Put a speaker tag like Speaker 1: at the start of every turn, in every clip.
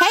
Speaker 1: Hey,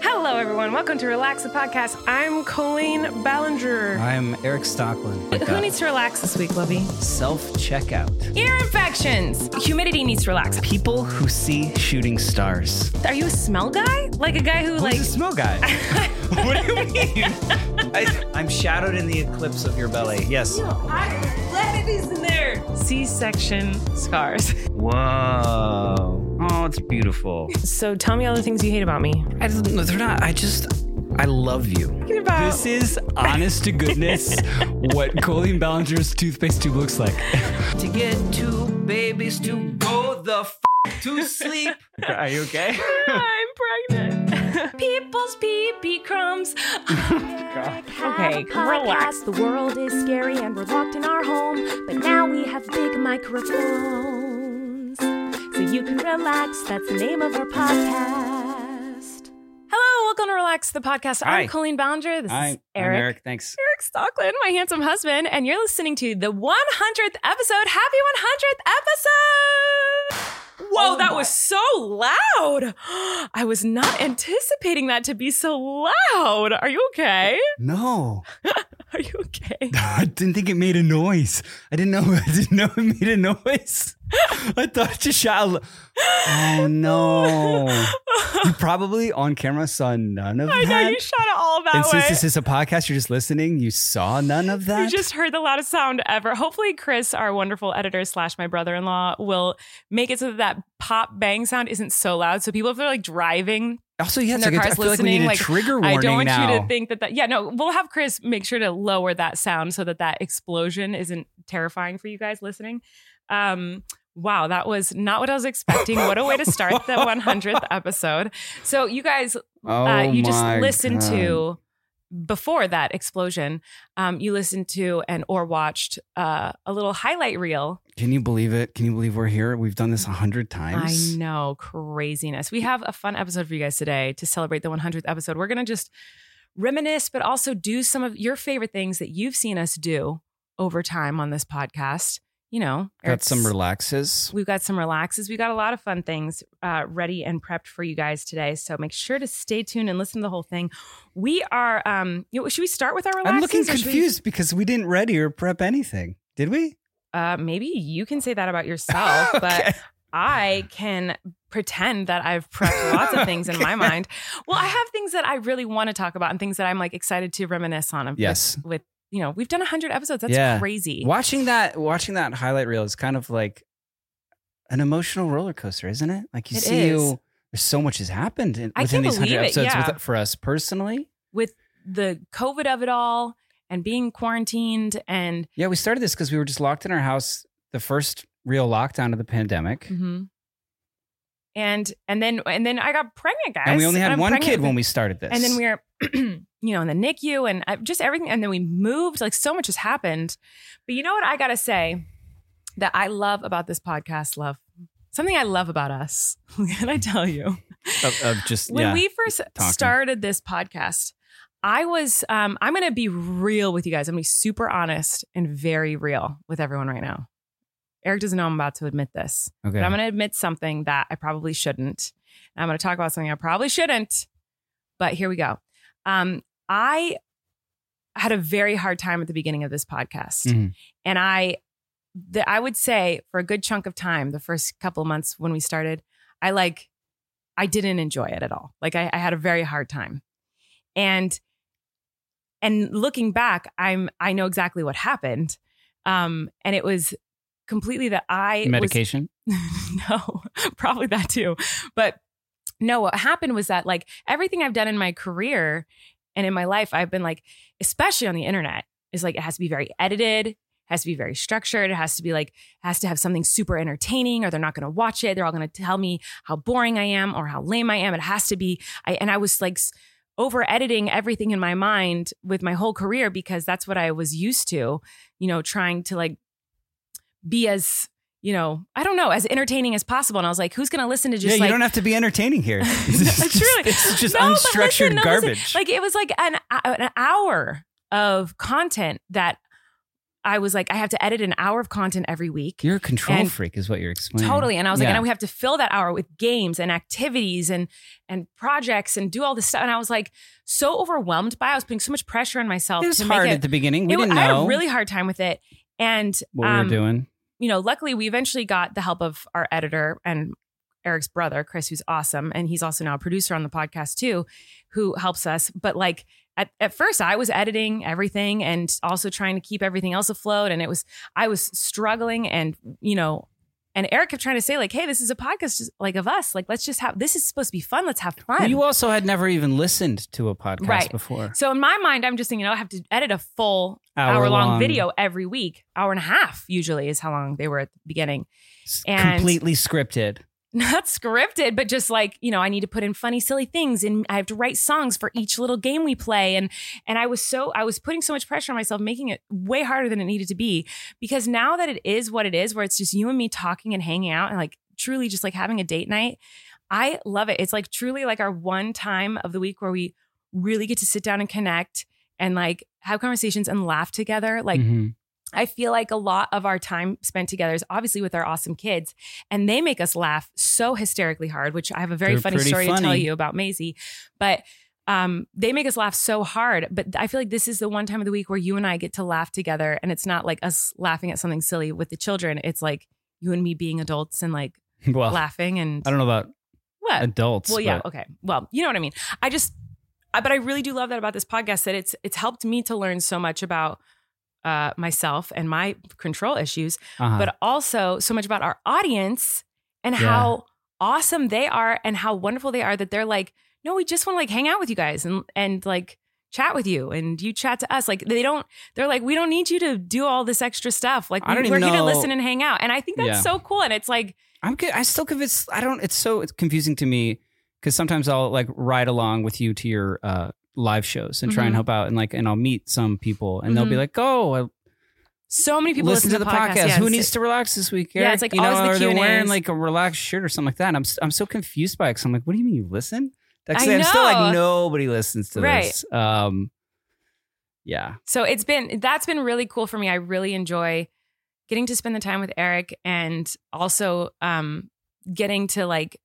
Speaker 2: Hello, everyone. Welcome to Relax the Podcast. I'm Colleen Ballinger.
Speaker 3: I'm Eric Stockland. with
Speaker 2: Who needs to relax this week, Lovey?
Speaker 3: self checkout?
Speaker 2: Ear infections. Humidity needs to relax.
Speaker 3: People who see shooting stars.
Speaker 2: Are you a smell guy? Like a guy who,
Speaker 3: Who's
Speaker 2: like,
Speaker 3: the smell guy? what do you mean? I, I'm shadowed in the eclipse of your belly. Yes.
Speaker 2: is in there? C-section scars.
Speaker 3: Whoa. Oh, it's beautiful.
Speaker 2: So tell me all the things you hate about me.
Speaker 3: I, don't know, they're not. I just. I love you. This is honest to goodness what Colleen Ballinger's toothpaste tube looks like. to get two babies to go the f- to sleep. Are you okay?
Speaker 2: I'm pregnant. People's pee-pee crumbs.
Speaker 4: Have a
Speaker 2: Okay, relax.
Speaker 4: podcast. The world is scary and we're locked in our home, but now we have big microphones. So you can relax. That's the name of our podcast.
Speaker 2: Hello, welcome to Relax the Podcast.
Speaker 3: Hi.
Speaker 2: I'm Colleen Ballinger. This
Speaker 3: Hi,
Speaker 2: is
Speaker 3: I'm Eric. Thanks.
Speaker 2: Eric Stockland, my handsome husband, and you're listening to the 100th episode. Happy 100th episode! Whoa,
Speaker 3: Oh
Speaker 2: that was so loud. I was not anticipating that to be so loud. Are you okay?
Speaker 3: No,
Speaker 2: Are you okay?
Speaker 3: I didn't think it made a noise. I didn't know. I didn't know it made a noise. I thought it just shot. a l- Oh no! You probably on camera saw none of
Speaker 2: I
Speaker 3: that.
Speaker 2: know you shot it all that
Speaker 3: and
Speaker 2: way.
Speaker 3: since this is a podcast, you're just listening. You saw none of that.
Speaker 2: You just heard the loudest sound ever. Hopefully, Chris, our wonderful editor slash my brother in law, will make it so that that pop bang sound isn't so loud. So people, if they're like driving
Speaker 3: also,
Speaker 2: in
Speaker 3: yeah, it's
Speaker 2: their
Speaker 3: like a- I
Speaker 2: cars
Speaker 3: feel like we
Speaker 2: listening,
Speaker 3: need a
Speaker 2: like
Speaker 3: trigger
Speaker 2: I
Speaker 3: warning
Speaker 2: don't want
Speaker 3: now.
Speaker 2: you to think that that. Yeah, no, we'll have Chris make sure to lower that sound so that that explosion isn't terrifying for you guys listening. Um, wow, that was not what I was expecting. what a way to start the 100th episode. So you guys
Speaker 3: oh,
Speaker 2: uh, you just
Speaker 3: my
Speaker 2: listened
Speaker 3: God.
Speaker 2: to before that explosion um, you listened to and or watched uh, a little highlight reel
Speaker 3: Can you believe it? Can you believe we're here? We've done this a hundred times.
Speaker 2: i know craziness we have a fun episode for you guys today to celebrate the 100th episode we're gonna just reminisce but also do some of your favorite things that you've seen us do over time on this podcast you know
Speaker 3: Got some
Speaker 2: Eric's-
Speaker 3: relaxes.
Speaker 2: We've got some relaxes. We got a lot of fun things uh, ready and prepped for you guys today. So make sure to stay tuned and listen to the whole thing. We are. Um, you know, should we start with our relaxes?
Speaker 3: I'm looking
Speaker 2: or should we-
Speaker 3: confused because we didn't ready or prep anything, did we?
Speaker 2: uh, maybe you can say that about yourself, but I can pretend that I've prepped lots of things in my mind. Well, I have things that I really want to talk about and things that I'm like excited to reminisce on. with-
Speaker 3: Yes.
Speaker 2: With, you know, we've done 100 episodes. That's
Speaker 3: Yeah.
Speaker 2: crazy.
Speaker 3: watching that watching that highlight reel is kind of like an emotional roller coaster, isn't it? Like you
Speaker 2: It
Speaker 3: see
Speaker 2: is.
Speaker 3: you there's so much has happened in,
Speaker 2: I
Speaker 3: within
Speaker 2: can't
Speaker 3: these hundred
Speaker 2: believe it,
Speaker 3: episodes
Speaker 2: yeah.
Speaker 3: with, for us personally.
Speaker 2: With the COVID of it all and being quarantined and.
Speaker 3: Yeah, we started this because we were just locked in our house the first real lockdown of the pandemic.
Speaker 2: Mm-hmm. And and then and then I got pregnant, guys.
Speaker 3: And we only had
Speaker 2: I'm
Speaker 3: one
Speaker 2: pregnant
Speaker 3: kid
Speaker 2: with-
Speaker 3: when we started this.
Speaker 2: And then we were, you know, in the NICU and I, just everything. And then we moved. Like so much has happened. But you know what I gotta say that I love about this podcast, love something I love about us. Can I tell you?
Speaker 3: of, of just
Speaker 2: when
Speaker 3: Oh, yeah.
Speaker 2: we first
Speaker 3: talking.
Speaker 2: started this podcast i was um, i'm gonna be real with you guys i'm gonna be super honest and very real with everyone right now eric doesn't know i'm about to admit this
Speaker 3: okay.
Speaker 2: but i'm gonna admit something that i probably shouldn't and i'm gonna talk about something i probably shouldn't but here we go um, i had a very hard time at the beginning of this podcast
Speaker 3: Mhm.
Speaker 2: and I, the, I would say for a good chunk of time, the first couple of months when we started, I like, I didn't enjoy it at all. Like I, I had a very hard time, and and looking back, I'm I know exactly what happened, um, and it was completely that I was
Speaker 3: medication.
Speaker 2: no, probably that too. But No, what happened was that like everything I've done in my career and in my life, I've been like, especially on the internet, is like it has to be very edited, has to be very structured, it has to be like has to have something super entertaining, or they're not going to watch it. They're all going to tell me how boring I am or how lame I am. It has to be. I and I was like over editing everything in my mind with my whole career because that's what I was used to, you know, trying to like be as you know, I don't know, as entertaining as possible. And I was like, who's going to listen to
Speaker 3: yeah,
Speaker 2: just
Speaker 3: you
Speaker 2: like
Speaker 3: don't have to be entertaining here. This is
Speaker 2: Truly.
Speaker 3: just, this is just
Speaker 2: No, but listen,
Speaker 3: unstructured
Speaker 2: no, listen.
Speaker 3: garbage.
Speaker 2: Like it was like an an hour of content that I was like, I have to edit an hour of content every week.
Speaker 3: You're a control
Speaker 2: and-
Speaker 3: freak, is what you're explaining.
Speaker 2: Totally. And I was like,
Speaker 3: Yeah.
Speaker 2: and then we have to fill that hour with games and activities and and projects and do all this stuff. And I was like so overwhelmed by it. I was putting so much pressure on myself
Speaker 3: It was
Speaker 2: to
Speaker 3: hard
Speaker 2: make
Speaker 3: at
Speaker 2: it.
Speaker 3: the beginning. We
Speaker 2: it wa-
Speaker 3: didn't
Speaker 2: I had
Speaker 3: know
Speaker 2: a really hard time with it. And
Speaker 3: what we
Speaker 2: um,
Speaker 3: were doing.
Speaker 2: you know, luckily we eventually got the help of our editor and Eric's brother, Chris, who's awesome. And he's also now a producer on the podcast too, who helps us. But like at, at first I was editing everything and also trying to keep everything else afloat. And it was, I was struggling and, you know, and Eric kept trying to say like, Hey, this is a podcast just like of us. Like, let's just have, this is supposed to be fun. Let's have fun.
Speaker 3: Well, you also had never even listened to a podcast
Speaker 2: Right.
Speaker 3: before.
Speaker 2: so in my mind, I'm just thinking, you know, I have to edit a full
Speaker 3: Hour
Speaker 2: hour long
Speaker 3: long.
Speaker 2: video every week. Hour and a half usually is how long they were at the beginning.
Speaker 3: It's
Speaker 2: and-
Speaker 3: completely scripted.
Speaker 2: not scripted, but just like, you know, I need to put in funny, silly things and I have to write songs for each little game we play. And and I was so I was putting so much pressure on myself, making it way harder than it needed to be. Because now that it is what it is, where it's just you and me talking and hanging out and like truly just like having a date night, I love it. It's like truly like our one time of the week where we really get to sit down and connect and like have conversations and laugh together. Like
Speaker 3: Mhm.
Speaker 2: I feel like a lot of our time spent together is obviously with our awesome kids, and they make us laugh so hysterically hard. Which I have a very
Speaker 3: They're
Speaker 2: funny
Speaker 3: pretty
Speaker 2: story to tell
Speaker 3: funny.
Speaker 2: you about Maisie, but um, they make us laugh so hard. But I feel like this is the one time of the week where you and I get to laugh together, and it's not like us laughing at something silly with the children. It's like you and me being adults and like
Speaker 3: well,
Speaker 2: laughing and
Speaker 3: I don't know about
Speaker 2: what
Speaker 3: adults.
Speaker 2: Uh, well, yeah,
Speaker 3: but
Speaker 2: okay. Well, you know what I mean. I just, I, but I really do love that about this podcast that it's it's helped me to learn so much about uh, myself and my control issues,
Speaker 3: uh-huh.
Speaker 2: but also so much about our audience and
Speaker 3: Yeah.
Speaker 2: how awesome they are and how wonderful they are that they're like, no, we just want to like hang out with you guys and and like chat with you and you chat to us like they don't they're like we don't need you to do all this extra stuff like
Speaker 3: I don't
Speaker 2: we- we're
Speaker 3: even
Speaker 2: here to
Speaker 3: know-
Speaker 2: listen and hang out and i think that's
Speaker 3: Yeah.
Speaker 2: so cool and it's like
Speaker 3: I'm good. I still convinced. I don't. It's so it's confusing to me because sometimes I'll like ride along with you to your uh, live shows and try
Speaker 2: Mhm.
Speaker 3: and help out and like and I'll meet some people and they'll be
Speaker 2: Mhm.
Speaker 3: like, oh, I
Speaker 2: so many people
Speaker 3: listen, to the podcast.
Speaker 2: yeah,
Speaker 3: Who
Speaker 2: it's-
Speaker 3: needs to relax this week?
Speaker 2: Yeah,
Speaker 3: Eric?
Speaker 2: it's like
Speaker 3: you know,
Speaker 2: always the
Speaker 3: or they're
Speaker 2: Q&As.
Speaker 3: wearing like a relaxed shirt or something like that. And I'm s- I'm so confused by it. Cause I'm like, what do you mean you listen? Like,
Speaker 2: I
Speaker 3: I'm still
Speaker 2: know.
Speaker 3: like nobody listens to
Speaker 2: Right.
Speaker 3: this. Um, yeah,
Speaker 2: So it's been that's been really cool for me. I really enjoy getting to spend the time with Eric and also um getting to like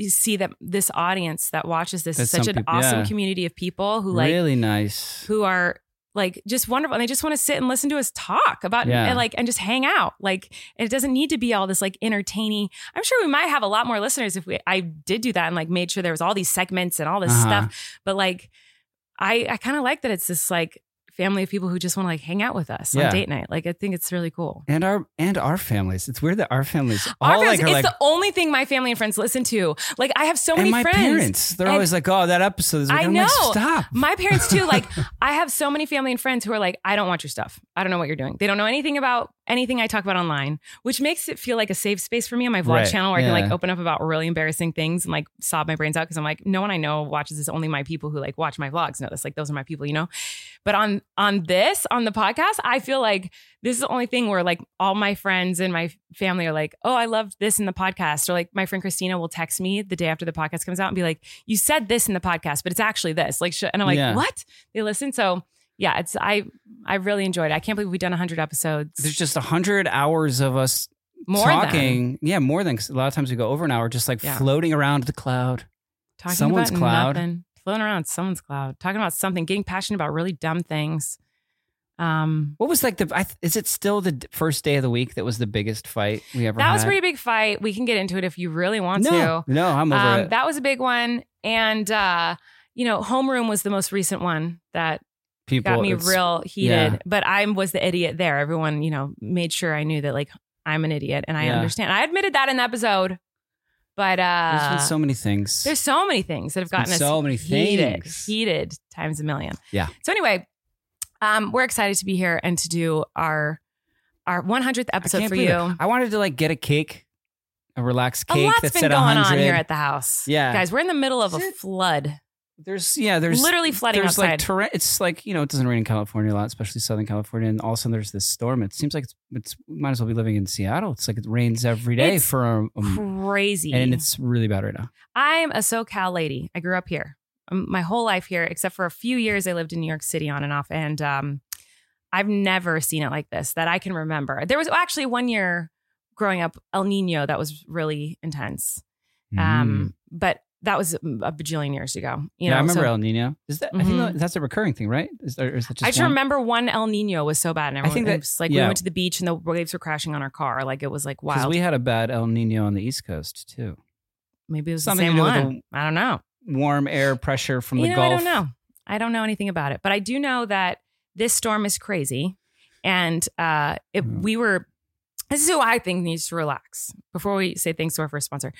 Speaker 2: see that this audience that watches this
Speaker 3: There's
Speaker 2: is such
Speaker 3: some
Speaker 2: an
Speaker 3: peop-
Speaker 2: awesome
Speaker 3: yeah.
Speaker 2: community of people who like
Speaker 3: really nice.
Speaker 2: who are like just wonderful and they just want to sit and listen to us talk about
Speaker 3: Yeah.
Speaker 2: and like and just hang out like and it doesn't need to be all this like entertaining i'm sure we might have a lot more listeners if we i did do that and like made sure there was all these segments and all this
Speaker 3: Uh-huh.
Speaker 2: stuff but like i i kind of like that it's this like family of people who just want to like hang out with us
Speaker 3: Yeah.
Speaker 2: on date night like i think it's really cool
Speaker 3: and our and our families. It's weird that our families all
Speaker 2: our families,
Speaker 3: like are
Speaker 2: it's
Speaker 3: like
Speaker 2: the only thing my family and friends listen to like i have so
Speaker 3: and
Speaker 2: many
Speaker 3: my
Speaker 2: friends
Speaker 3: parents, they're
Speaker 2: And-
Speaker 3: always like, "Oh, that episode is." Like,
Speaker 2: I
Speaker 3: I'm like,
Speaker 2: know.
Speaker 3: Stop.
Speaker 2: My parents too. Like I have so many family and friends who are like, I don't want your stuff. I don't know what you're doing. They don't know anything about anything I talk about online, which makes it feel like a safe space for me on my vlog
Speaker 3: Right.
Speaker 2: channel where I can like
Speaker 3: Yeah.
Speaker 2: open up about really embarrassing things and like sob my brains out because I'm like, no one I know watches this. Only my people who like watch my vlogs know this. Like those are my people, you know. But on on this on the podcast, I feel like this is the only thing where like all my friends and my family are like, oh, I loved this in the podcast. Or like my friend Christina will text me the day after the podcast comes out and be like, you said this in the podcast, but it's actually this. Like, sh- and I'm like,
Speaker 3: Yeah.
Speaker 2: what? They listen. So yeah, it's I I really enjoyed it. I can't believe we've done 100 episodes.
Speaker 3: There's just a hundred hours of us
Speaker 2: more than
Speaker 3: talking. Yeah, more than 'cause a lot of times we go over an hour, just like
Speaker 2: Yeah.
Speaker 3: floating around the cloud.
Speaker 2: talking
Speaker 3: someone's
Speaker 2: about
Speaker 3: cloud.
Speaker 2: nothing, floating around someone's cloud, talking about something, getting passionate about really dumb things. Um,
Speaker 3: What was like the? I, th- is it still the d- first day of the week that was the biggest fight we ever?
Speaker 2: that was a
Speaker 3: had?
Speaker 2: pretty big fight. We can get into it if you really want to.
Speaker 3: No, no, I'm over
Speaker 2: Um,
Speaker 3: it.
Speaker 2: that was a big one. And, uh, you know, homeroom was the most recent one that
Speaker 3: People
Speaker 2: got me
Speaker 3: it's-
Speaker 2: real heated.
Speaker 3: yeah.
Speaker 2: But I was the idiot there. Everyone, you know, made sure I knew that like I'm an idiot and I
Speaker 3: Yeah.
Speaker 2: understand. I admitted that in the episode. But uh,
Speaker 3: There's been so many things.
Speaker 2: there's so many things that have
Speaker 3: been
Speaker 2: gotten us
Speaker 3: so many
Speaker 2: heated,
Speaker 3: things.
Speaker 2: heated times a million.
Speaker 3: Yeah.
Speaker 2: So anyway, um, we're excited to be here and to do our our 100th
Speaker 3: I
Speaker 2: episode
Speaker 3: can't
Speaker 2: for
Speaker 3: believe
Speaker 2: you.
Speaker 3: it. I wanted to like get a cake, a relaxed
Speaker 2: a
Speaker 3: cake
Speaker 2: lot's
Speaker 3: that's
Speaker 2: been
Speaker 3: at
Speaker 2: going
Speaker 3: 100.
Speaker 2: on here at the house.
Speaker 3: Yeah.
Speaker 2: guys, we're in the middle of a
Speaker 3: Shit.
Speaker 2: flood.
Speaker 3: there's yeah, there's
Speaker 2: Literally flooding
Speaker 3: there's like
Speaker 2: outside.
Speaker 3: torrent. It's like you know, it doesn't rain in California a lot, especially Southern California. And all of a sudden, there's this storm. It seems like it's, it's we might as well be living in Seattle. It's like it rains every day
Speaker 2: It's
Speaker 3: for a, a-
Speaker 2: Mm. Crazy.
Speaker 3: and it's really bad right now.
Speaker 2: I'm a SoCal lady. I grew up here. Um, My whole life here, except for a few years I lived in New York City on and off. And um, I've never seen it like this that I can remember. There was actually one year growing up, El Nino, that was really intense.
Speaker 3: Mm.
Speaker 2: Um, but that was a bajillion years ago. You
Speaker 3: yeah,
Speaker 2: know,
Speaker 3: I remember
Speaker 2: so
Speaker 3: El Nino. Is that I
Speaker 2: Mhm.
Speaker 3: think that- that's a recurring thing, right? Is, there, is that just
Speaker 2: I just
Speaker 3: one?
Speaker 2: remember one El Nino was so bad, and
Speaker 3: I
Speaker 2: everyone,
Speaker 3: think
Speaker 2: it
Speaker 3: that-
Speaker 2: was like we
Speaker 3: yeah.
Speaker 2: went to the beach and the waves were crashing on our car. Like it was like
Speaker 3: 'Cause
Speaker 2: wild.
Speaker 3: we had a bad El Nino on the East Coast too.
Speaker 2: Maybe it was the
Speaker 3: something to
Speaker 2: same
Speaker 3: do with the-
Speaker 2: one. I don't know.
Speaker 3: Warm air pressure from
Speaker 2: you
Speaker 3: the
Speaker 2: know,
Speaker 3: Gulf.
Speaker 2: I don't know. I don't know anything about it, but I do know that this storm is crazy, and uh, it,
Speaker 3: Yeah.
Speaker 2: we were. This is who I think needs to relax before we say thanks to our first sponsor.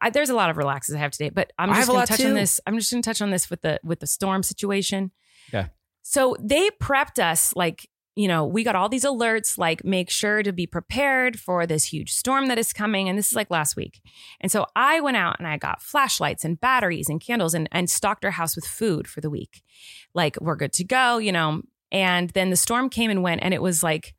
Speaker 2: I, there's a lot of relaxes I have today, but I'm
Speaker 3: I
Speaker 2: just
Speaker 3: have a
Speaker 2: going
Speaker 3: lot
Speaker 2: to touch on
Speaker 3: too.
Speaker 2: this. I'm just going to touch on this with the with the storm situation.
Speaker 3: Okay.
Speaker 2: So they prepped us like you know we got all these alerts like make sure to be prepared for this huge storm that is coming, and this is like last week. And so I went out and I got flashlights and batteries and candles and, and stocked our house with food for the week. Like, we're good to go, you know. And then the storm came and went, and it was like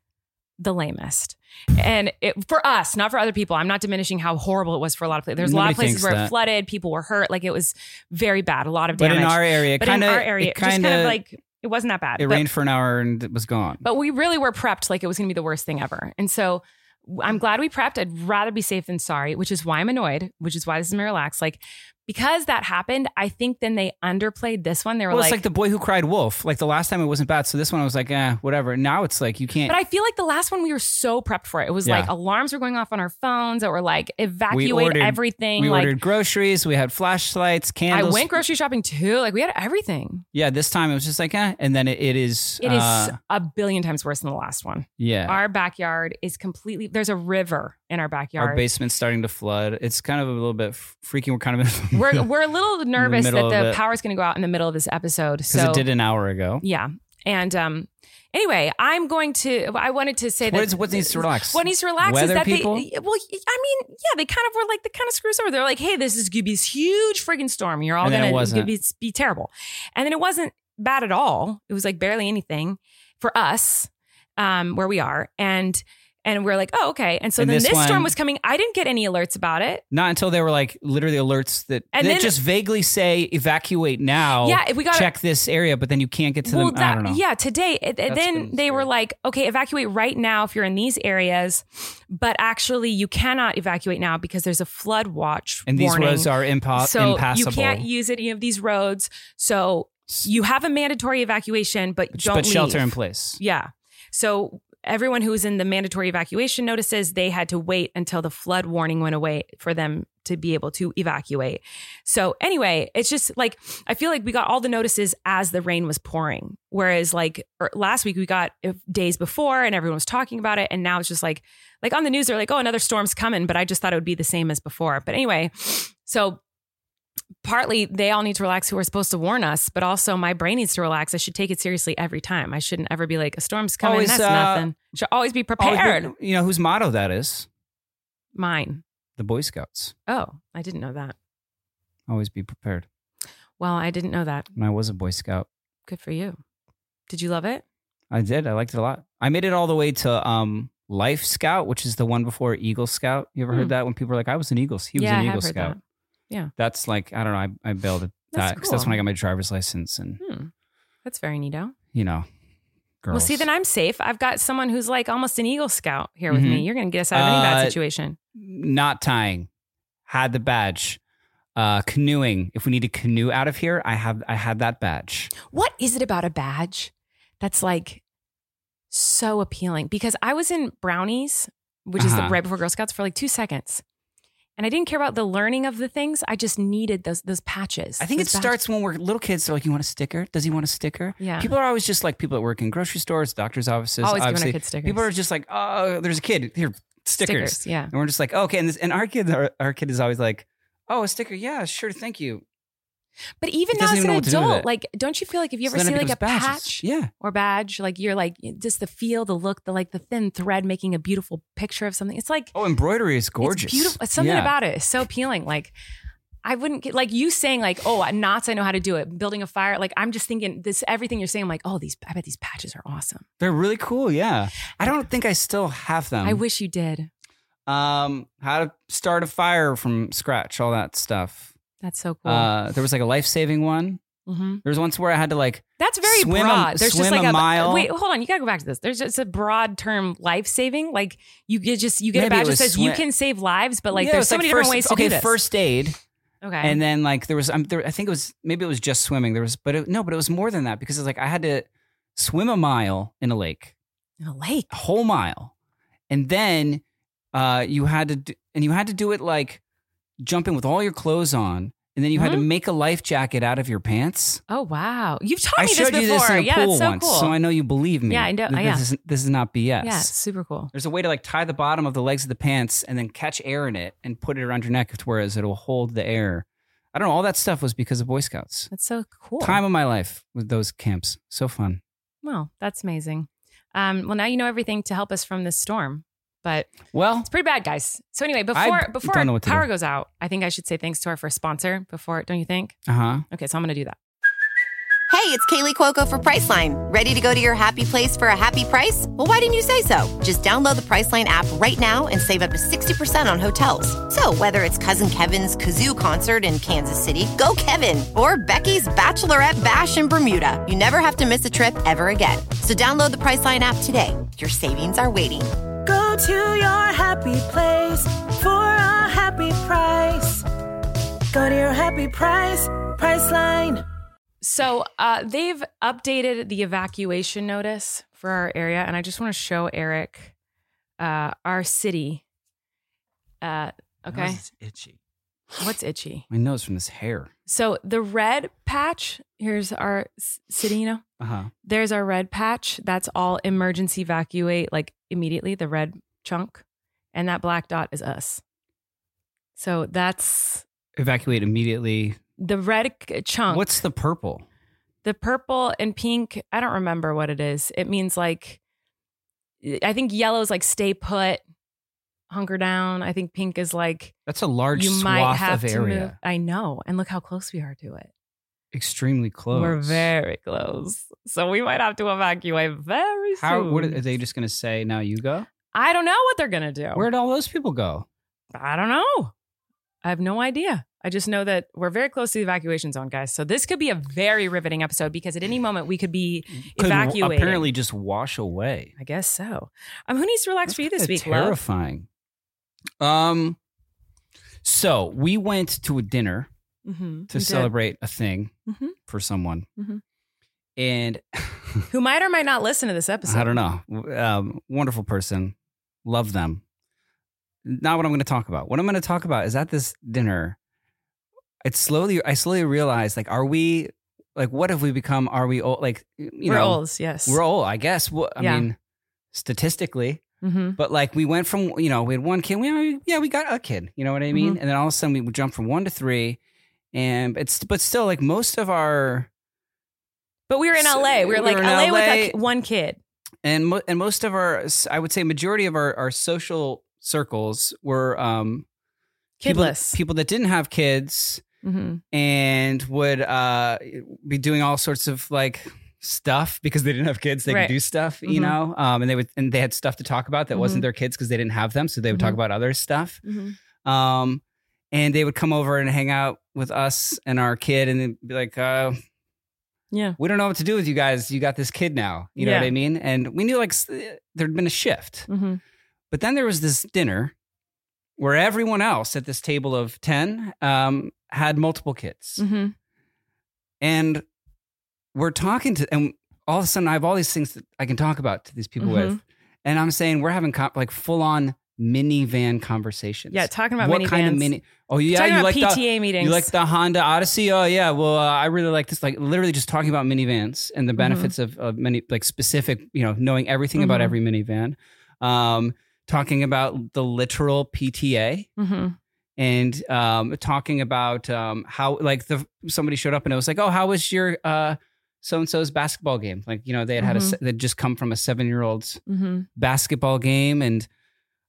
Speaker 2: the lamest. And it, for us, not for other people, I'm not diminishing how horrible it was for a lot of places. There's a lot
Speaker 3: Nobody
Speaker 2: of places
Speaker 3: thinks
Speaker 2: where it
Speaker 3: that.
Speaker 2: flooded, people were hurt. Like, it was very bad, a lot of
Speaker 3: But
Speaker 2: damage.
Speaker 3: in our area,
Speaker 2: But
Speaker 3: kind of
Speaker 2: in our area, it just
Speaker 3: kind
Speaker 2: kind of like, it wasn't that bad.
Speaker 3: it
Speaker 2: But-
Speaker 3: rained for an hour and it was gone.
Speaker 2: but we really were prepped like it was going to be the worst thing ever. And so w- I'm glad we prepped. I'd rather be safe than sorry, which is why I'm annoyed, which is why this is my relax. Like, because that happened, I think then they underplayed this one. They were
Speaker 3: well,
Speaker 2: like,
Speaker 3: it's like the boy who cried wolf. Like the last time it wasn't bad, so this one I was like, eh, whatever. Now it's like you can't.
Speaker 2: but I feel like the last one we were so prepped for it. It was
Speaker 3: Yeah.
Speaker 2: like alarms were going off on our phones that were like evacuate
Speaker 3: ordered-
Speaker 2: everything.
Speaker 3: we
Speaker 2: like
Speaker 3: ordered groceries, we had flashlights,
Speaker 2: I
Speaker 3: candles.
Speaker 2: went grocery shopping too. Like we had everything.
Speaker 3: yeah, this time it was just like, eh, and then it, it is.
Speaker 2: It is
Speaker 3: uh,
Speaker 2: a billion times worse than the last one.
Speaker 3: yeah. Our,
Speaker 2: Our backyard is completely there's a river in our backyard.
Speaker 3: basement's starting to flood. It's kind of a little bit f- freaky. We're kind of in-
Speaker 2: we're we're a little nervous that
Speaker 3: middle of
Speaker 2: the
Speaker 3: it.
Speaker 2: power's going to go out in the middle of this episode.
Speaker 3: because
Speaker 2: So
Speaker 3: it did an hour ago.
Speaker 2: yeah, and um, anyway, I'm going to. I wanted to say
Speaker 3: What
Speaker 2: that
Speaker 3: is what needs to relax?
Speaker 2: What needs to relax is
Speaker 3: Weather
Speaker 2: that
Speaker 3: people?
Speaker 2: they. Well, I mean, yeah, they kind of were like they kind of screws over. They're like, hey, this is going to be this huge friggin' storm. You're all
Speaker 3: And then it
Speaker 2: gonna,
Speaker 3: wasn't.
Speaker 2: gonna be, be terrible, and then it wasn't bad at all. It was like barely anything for us um, where we are, and. And we're like, oh, okay. And so
Speaker 3: And
Speaker 2: then
Speaker 3: this
Speaker 2: this storm
Speaker 3: one-
Speaker 2: was coming. I didn't get any alerts about it.
Speaker 3: Not until they were like literally alerts that
Speaker 2: And
Speaker 3: that
Speaker 2: then-
Speaker 3: just vaguely say evacuate now.
Speaker 2: yeah, we got
Speaker 3: check this area, but then you can't get to them. I don't know.
Speaker 2: Yeah, today. It, it-
Speaker 3: That's
Speaker 2: then
Speaker 3: been
Speaker 2: they were
Speaker 3: scary.
Speaker 2: like, okay, evacuate right now if you're in these areas, but actually you cannot evacuate now because there's a flood watch
Speaker 3: and these
Speaker 2: warning.
Speaker 3: roads are impo-
Speaker 2: so
Speaker 3: impassable.
Speaker 2: you can't use any of these roads. So you have a mandatory evacuation, but don't
Speaker 3: but shelter
Speaker 2: leave.
Speaker 3: in place.
Speaker 2: Yeah. So everyone who was in the mandatory evacuation notices, they had to wait until the flood warning went away for them to be able to evacuate. So anyway, it's just like I feel like we got all the notices as the rain was pouring, whereas like er- last week we got uh, days before and everyone was talking about it, and now it's just like like on the news they're like, oh, another storm's coming, but I just thought it would be the same as before. But anyway, so. Partly they all need to relax who are supposed to warn us, but also my brain needs to relax. I should take it seriously every time. I shouldn't ever be like, a storm's coming,
Speaker 3: Always,
Speaker 2: that's
Speaker 3: uh,
Speaker 2: nothing. Should always be
Speaker 3: Always
Speaker 2: prepared.
Speaker 3: been- you know whose motto that is?
Speaker 2: Mine.
Speaker 3: The Boy Scouts.
Speaker 2: Oh, I didn't know that.
Speaker 3: Always be prepared.
Speaker 2: Well, I didn't know that.
Speaker 3: And I was a Boy Scout.
Speaker 2: Good for you. Did you love it?
Speaker 3: I did. I liked it a lot. I made it all the way to um, Life Scout, which is the one before Eagle Scout. You ever
Speaker 2: Hmm.
Speaker 3: heard that when people are like, I was an Eagle. He was
Speaker 2: yeah,
Speaker 3: an
Speaker 2: I
Speaker 3: Eagle
Speaker 2: have heard
Speaker 3: Scout. That's like, I don't know. I, I bailed at
Speaker 2: That's
Speaker 3: that because that's
Speaker 2: cool.
Speaker 3: when I got my driver's license and,
Speaker 2: that. Hmm. That's very neato.
Speaker 3: you know, girls.
Speaker 2: Well, see, then I'm safe. I've got someone who's like almost an Eagle Scout here with me.
Speaker 3: Mhm.
Speaker 2: You're going to get us out of any bad
Speaker 3: Uh,
Speaker 2: situation.
Speaker 3: Not tying. Had the badge. Uh, canoeing. If we need to canoe out of here, I have I had that badge.
Speaker 2: What is it about a badge that's like so appealing? Because I was in Brownies, which is the,
Speaker 3: Uh-huh.
Speaker 2: right before Girl Scouts, for like two seconds. And I didn't care about the learning of the things. I just needed those those patches.
Speaker 3: I think it
Speaker 2: those badges.
Speaker 3: starts when we're little kids. They're like, "You want a sticker? Does he want a sticker?"
Speaker 2: Yeah.
Speaker 3: People are always just like people that work in grocery stores, doctors' offices.
Speaker 2: Always giving our
Speaker 3: obviously.
Speaker 2: kids stickers.
Speaker 3: People are just like, "Oh, there's a kid here. stickers.
Speaker 2: Yeah.
Speaker 3: And we're just like, okay. And, this, and our kid, our, our kid is always like, oh, a sticker. Yeah, sure. Thank you.
Speaker 2: But even
Speaker 3: It
Speaker 2: now
Speaker 3: doesn't
Speaker 2: as
Speaker 3: even
Speaker 2: an
Speaker 3: know what to do with
Speaker 2: adult,
Speaker 3: it.
Speaker 2: like, don't you feel like if you ever
Speaker 3: So then
Speaker 2: see
Speaker 3: it
Speaker 2: like a
Speaker 3: becomes badges.
Speaker 2: patch
Speaker 3: Yeah.
Speaker 2: or badge, like you're like just the feel, the look, the like the thin thread making a beautiful picture of something. It's like
Speaker 3: Oh, embroidery is gorgeous.
Speaker 2: It's beautiful. Something
Speaker 3: Yeah.
Speaker 2: about it is so appealing. Like I wouldn't get like you saying like, oh, knots, I know how to do it. Building a fire. Like I'm just thinking this everything you're saying, I'm like, oh, these I bet these patches are awesome.
Speaker 3: They're really cool. Yeah. I don't think I still have them.
Speaker 2: I wish you did.
Speaker 3: Um, how to start a fire from scratch, all that stuff.
Speaker 2: That's so cool.
Speaker 3: Uh, there was like a life saving one.
Speaker 2: hmm
Speaker 3: There was once where I had to like,
Speaker 2: That's very
Speaker 3: swim a-
Speaker 2: broad. There's just
Speaker 3: swim
Speaker 2: like
Speaker 3: a mile.
Speaker 2: Wait, hold on. You gotta go back to this. There's just a broad term, life saving. Like you get just you get
Speaker 3: Maybe
Speaker 2: a
Speaker 3: it
Speaker 2: badge that
Speaker 3: was
Speaker 2: says you
Speaker 3: swim-
Speaker 2: can save lives, but like
Speaker 3: Yeah, it
Speaker 2: there's
Speaker 3: was,
Speaker 2: so
Speaker 3: like,
Speaker 2: many
Speaker 3: first-
Speaker 2: different ways to
Speaker 3: okay,
Speaker 2: do this.
Speaker 3: first aid.
Speaker 2: okay,
Speaker 3: And then like there was, um, there, I think it was maybe it was just swimming. There was, but it, no, but it was more than that because it's like I had to swim a mile in a lake,
Speaker 2: In a lake.
Speaker 3: a whole mile, and then uh, you had to, do, and you had to do it like jumping with all your clothes on, and then you had to
Speaker 2: Mm-hmm.
Speaker 3: make a life jacket out of your pants.
Speaker 2: Oh wow, you've taught
Speaker 3: I
Speaker 2: me this
Speaker 3: showed
Speaker 2: before.
Speaker 3: you this in a
Speaker 2: yeah,
Speaker 3: pool
Speaker 2: that's so
Speaker 3: once,
Speaker 2: cool.
Speaker 3: so I know you believe me.
Speaker 2: Yeah, I know. oh,
Speaker 3: Th- This,
Speaker 2: Yeah.
Speaker 3: is, this is not BS.
Speaker 2: Yeah, it's super cool.
Speaker 3: There's a way to like tie the bottom of the legs of the pants and then catch air in it and put it around your neck, whereas it'll hold the air. I don't know. All that stuff was because of Boy Scouts.
Speaker 2: That's so cool.
Speaker 3: Time of my life with those camps. So fun.
Speaker 2: Well, that's amazing. Um, well, now you know everything to help us from this storm, but
Speaker 3: Well,
Speaker 2: it's pretty bad, guys. So anyway, before
Speaker 3: I
Speaker 2: before
Speaker 3: don't know
Speaker 2: our
Speaker 3: what to
Speaker 2: power
Speaker 3: do.
Speaker 2: goes out, I think I should say thanks to our first sponsor. Before, don't you think?
Speaker 3: uh huh.
Speaker 2: Okay, so I'm gonna do that.
Speaker 1: Hey, it's Kaylee Cuoco for Priceline. Ready to go to your happy place for a happy price? Well, why didn't you say so? Just download the Priceline app right now and save up to 60% on hotels. So, whether it's Cousin Kevin's Kazoo concert in Kansas City, go Kevin, or Becky's Bachelorette Bash in Bermuda, you never have to miss a trip ever again. So, download the Priceline app today. Your savings are waiting.
Speaker 5: Go to your happy place for a happy price. Go to your happy price, Priceline.
Speaker 2: So uh, they've updated the evacuation notice for our area, and I just want to show Eric uh, our city. Uh, okay,
Speaker 3: itchy.
Speaker 2: what's itchy?
Speaker 3: My nose from this hair.
Speaker 2: So the red patch here's our s- city. You know.
Speaker 3: Uh huh.
Speaker 2: there's our red patch. That's all emergency evacuate, like immediately, the red chunk. And that black dot is us. So that's
Speaker 3: Evacuate immediately.
Speaker 2: the red c- chunk.
Speaker 3: What's the purple?
Speaker 2: the purple and pink? I don't remember what it is. It means like, I think yellow is like stay put, hunker down. I think pink is like
Speaker 3: That's a large
Speaker 2: you
Speaker 3: swath
Speaker 2: might have
Speaker 3: of
Speaker 2: to
Speaker 3: area.
Speaker 2: move. I know. And look how close we are to it.
Speaker 3: Extremely close.
Speaker 2: We're very close. So we might have to evacuate very soon. Oh.
Speaker 3: How? What are, are they just going to say? Now you go.
Speaker 2: I don't know what they're going to do.
Speaker 3: Where'd all those people go?
Speaker 2: I don't know. I have no idea. I just know that we're very close to the evacuation zone, guys. So this could be a very riveting episode because at any moment we could be
Speaker 3: Could w-
Speaker 2: evacuating.
Speaker 3: Apparently, just wash away.
Speaker 2: I guess so. Um, who needs to relax
Speaker 3: That's
Speaker 2: for you this
Speaker 3: kinda
Speaker 2: week, love?
Speaker 3: Terrifying. Um. So we went to a dinner
Speaker 2: Mm-hmm.
Speaker 3: to celebrate a thing
Speaker 2: Mhm.
Speaker 3: for someone,
Speaker 2: Mhm.
Speaker 3: and
Speaker 2: Who might or might not listen to this episode?
Speaker 3: I don't know. Um, wonderful person, love them. Not what I'm going to talk about. What I'm going to talk about is at this dinner. It's slowly. I slowly realized, like, are we like what have we become? Are we old? Like, you
Speaker 2: we're
Speaker 3: know,
Speaker 2: old, yes.
Speaker 3: We're old, I guess. Well, I
Speaker 2: Yeah.
Speaker 3: mean, statistically,
Speaker 2: mm-hmm.
Speaker 3: But like we went from you know we had one kid we oh, yeah we got a kid you know what I mean
Speaker 2: Mm-hmm.
Speaker 3: and then all of a sudden we would jump from one to three and it's but still like most of our
Speaker 2: But we were in
Speaker 3: So
Speaker 2: LA. We were
Speaker 3: we
Speaker 2: like
Speaker 3: were in
Speaker 2: LA, with
Speaker 3: LA.
Speaker 2: a, ki- one kid.
Speaker 3: and mo- and most of our I would say majority of our our social circles were um people-
Speaker 2: Kidless.
Speaker 3: people, that didn't have kids
Speaker 2: mm-hmm.
Speaker 3: and would uh be doing all sorts of like stuff because they didn't have kids they
Speaker 2: Right.
Speaker 3: could do stuff
Speaker 2: Mhm.
Speaker 3: you know um and they would and they had stuff to talk about that
Speaker 2: Mhm.
Speaker 3: wasn't their kids because they didn't have them so they would talk
Speaker 2: Mhm.
Speaker 3: about other stuff
Speaker 2: Mm-hmm.
Speaker 3: Um, and they would come over and hang out with us and our kid, and they'd be like, uh,
Speaker 2: Yeah.
Speaker 3: "We don't know what to do with you guys. You got this kid now. You know
Speaker 2: Yeah.
Speaker 3: what I mean?" And we knew like s- there'd been a shift,
Speaker 2: Mm-hmm.
Speaker 3: but then there was this dinner where everyone else at this table of ten um, had multiple kids,
Speaker 2: Mm-hmm.
Speaker 3: and we're talking to, and all of a sudden I have all these things that I can talk about to these people
Speaker 2: Mm-hmm.
Speaker 3: with, and I'm saying we're having co- like full on minivan conversations.
Speaker 2: Yeah, talking about
Speaker 3: what
Speaker 2: minivans.
Speaker 3: kind of mini? Oh yeah,
Speaker 2: talking
Speaker 3: you
Speaker 2: about
Speaker 3: like the,
Speaker 2: PTA meetings.
Speaker 3: you like the Honda Odyssey? Oh yeah. Well, uh, I really like this. Like literally just talking about minivans and the
Speaker 2: Mm-hmm. Mm-hmm.
Speaker 3: benefits of, of many like specific, you know, knowing everything about
Speaker 2: Mhm.
Speaker 3: every minivan. Um, talking about the literal PTA
Speaker 2: Mm-hmm.
Speaker 3: and um, talking about um, how like the somebody showed up and it was like, oh, how was your uh, so and so's basketball game? Like you know they had had a
Speaker 2: Mhm.
Speaker 3: se- they'd just come from a seven year old's
Speaker 2: Mm-hmm.
Speaker 3: basketball game and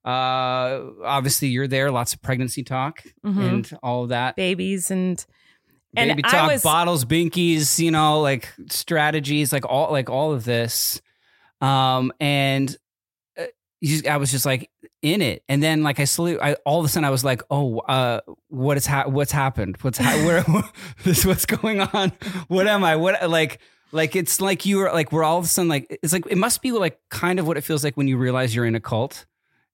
Speaker 3: uh obviously you're there lots of pregnancy talk
Speaker 2: Mhm.
Speaker 3: and all of that
Speaker 2: Babies and and
Speaker 3: baby
Speaker 2: I
Speaker 3: talk
Speaker 2: was-
Speaker 3: bottles binkies you know like strategies like all like all of this um and uh, you just- i was just like in it and then like i slowly i all of a sudden i was like oh uh what is ha- what's happened what's ha- where this what's going on what am i what like like it's like you were like we're all of a sudden like it's like it must be like kind of what it feels like when you realize you're in a cult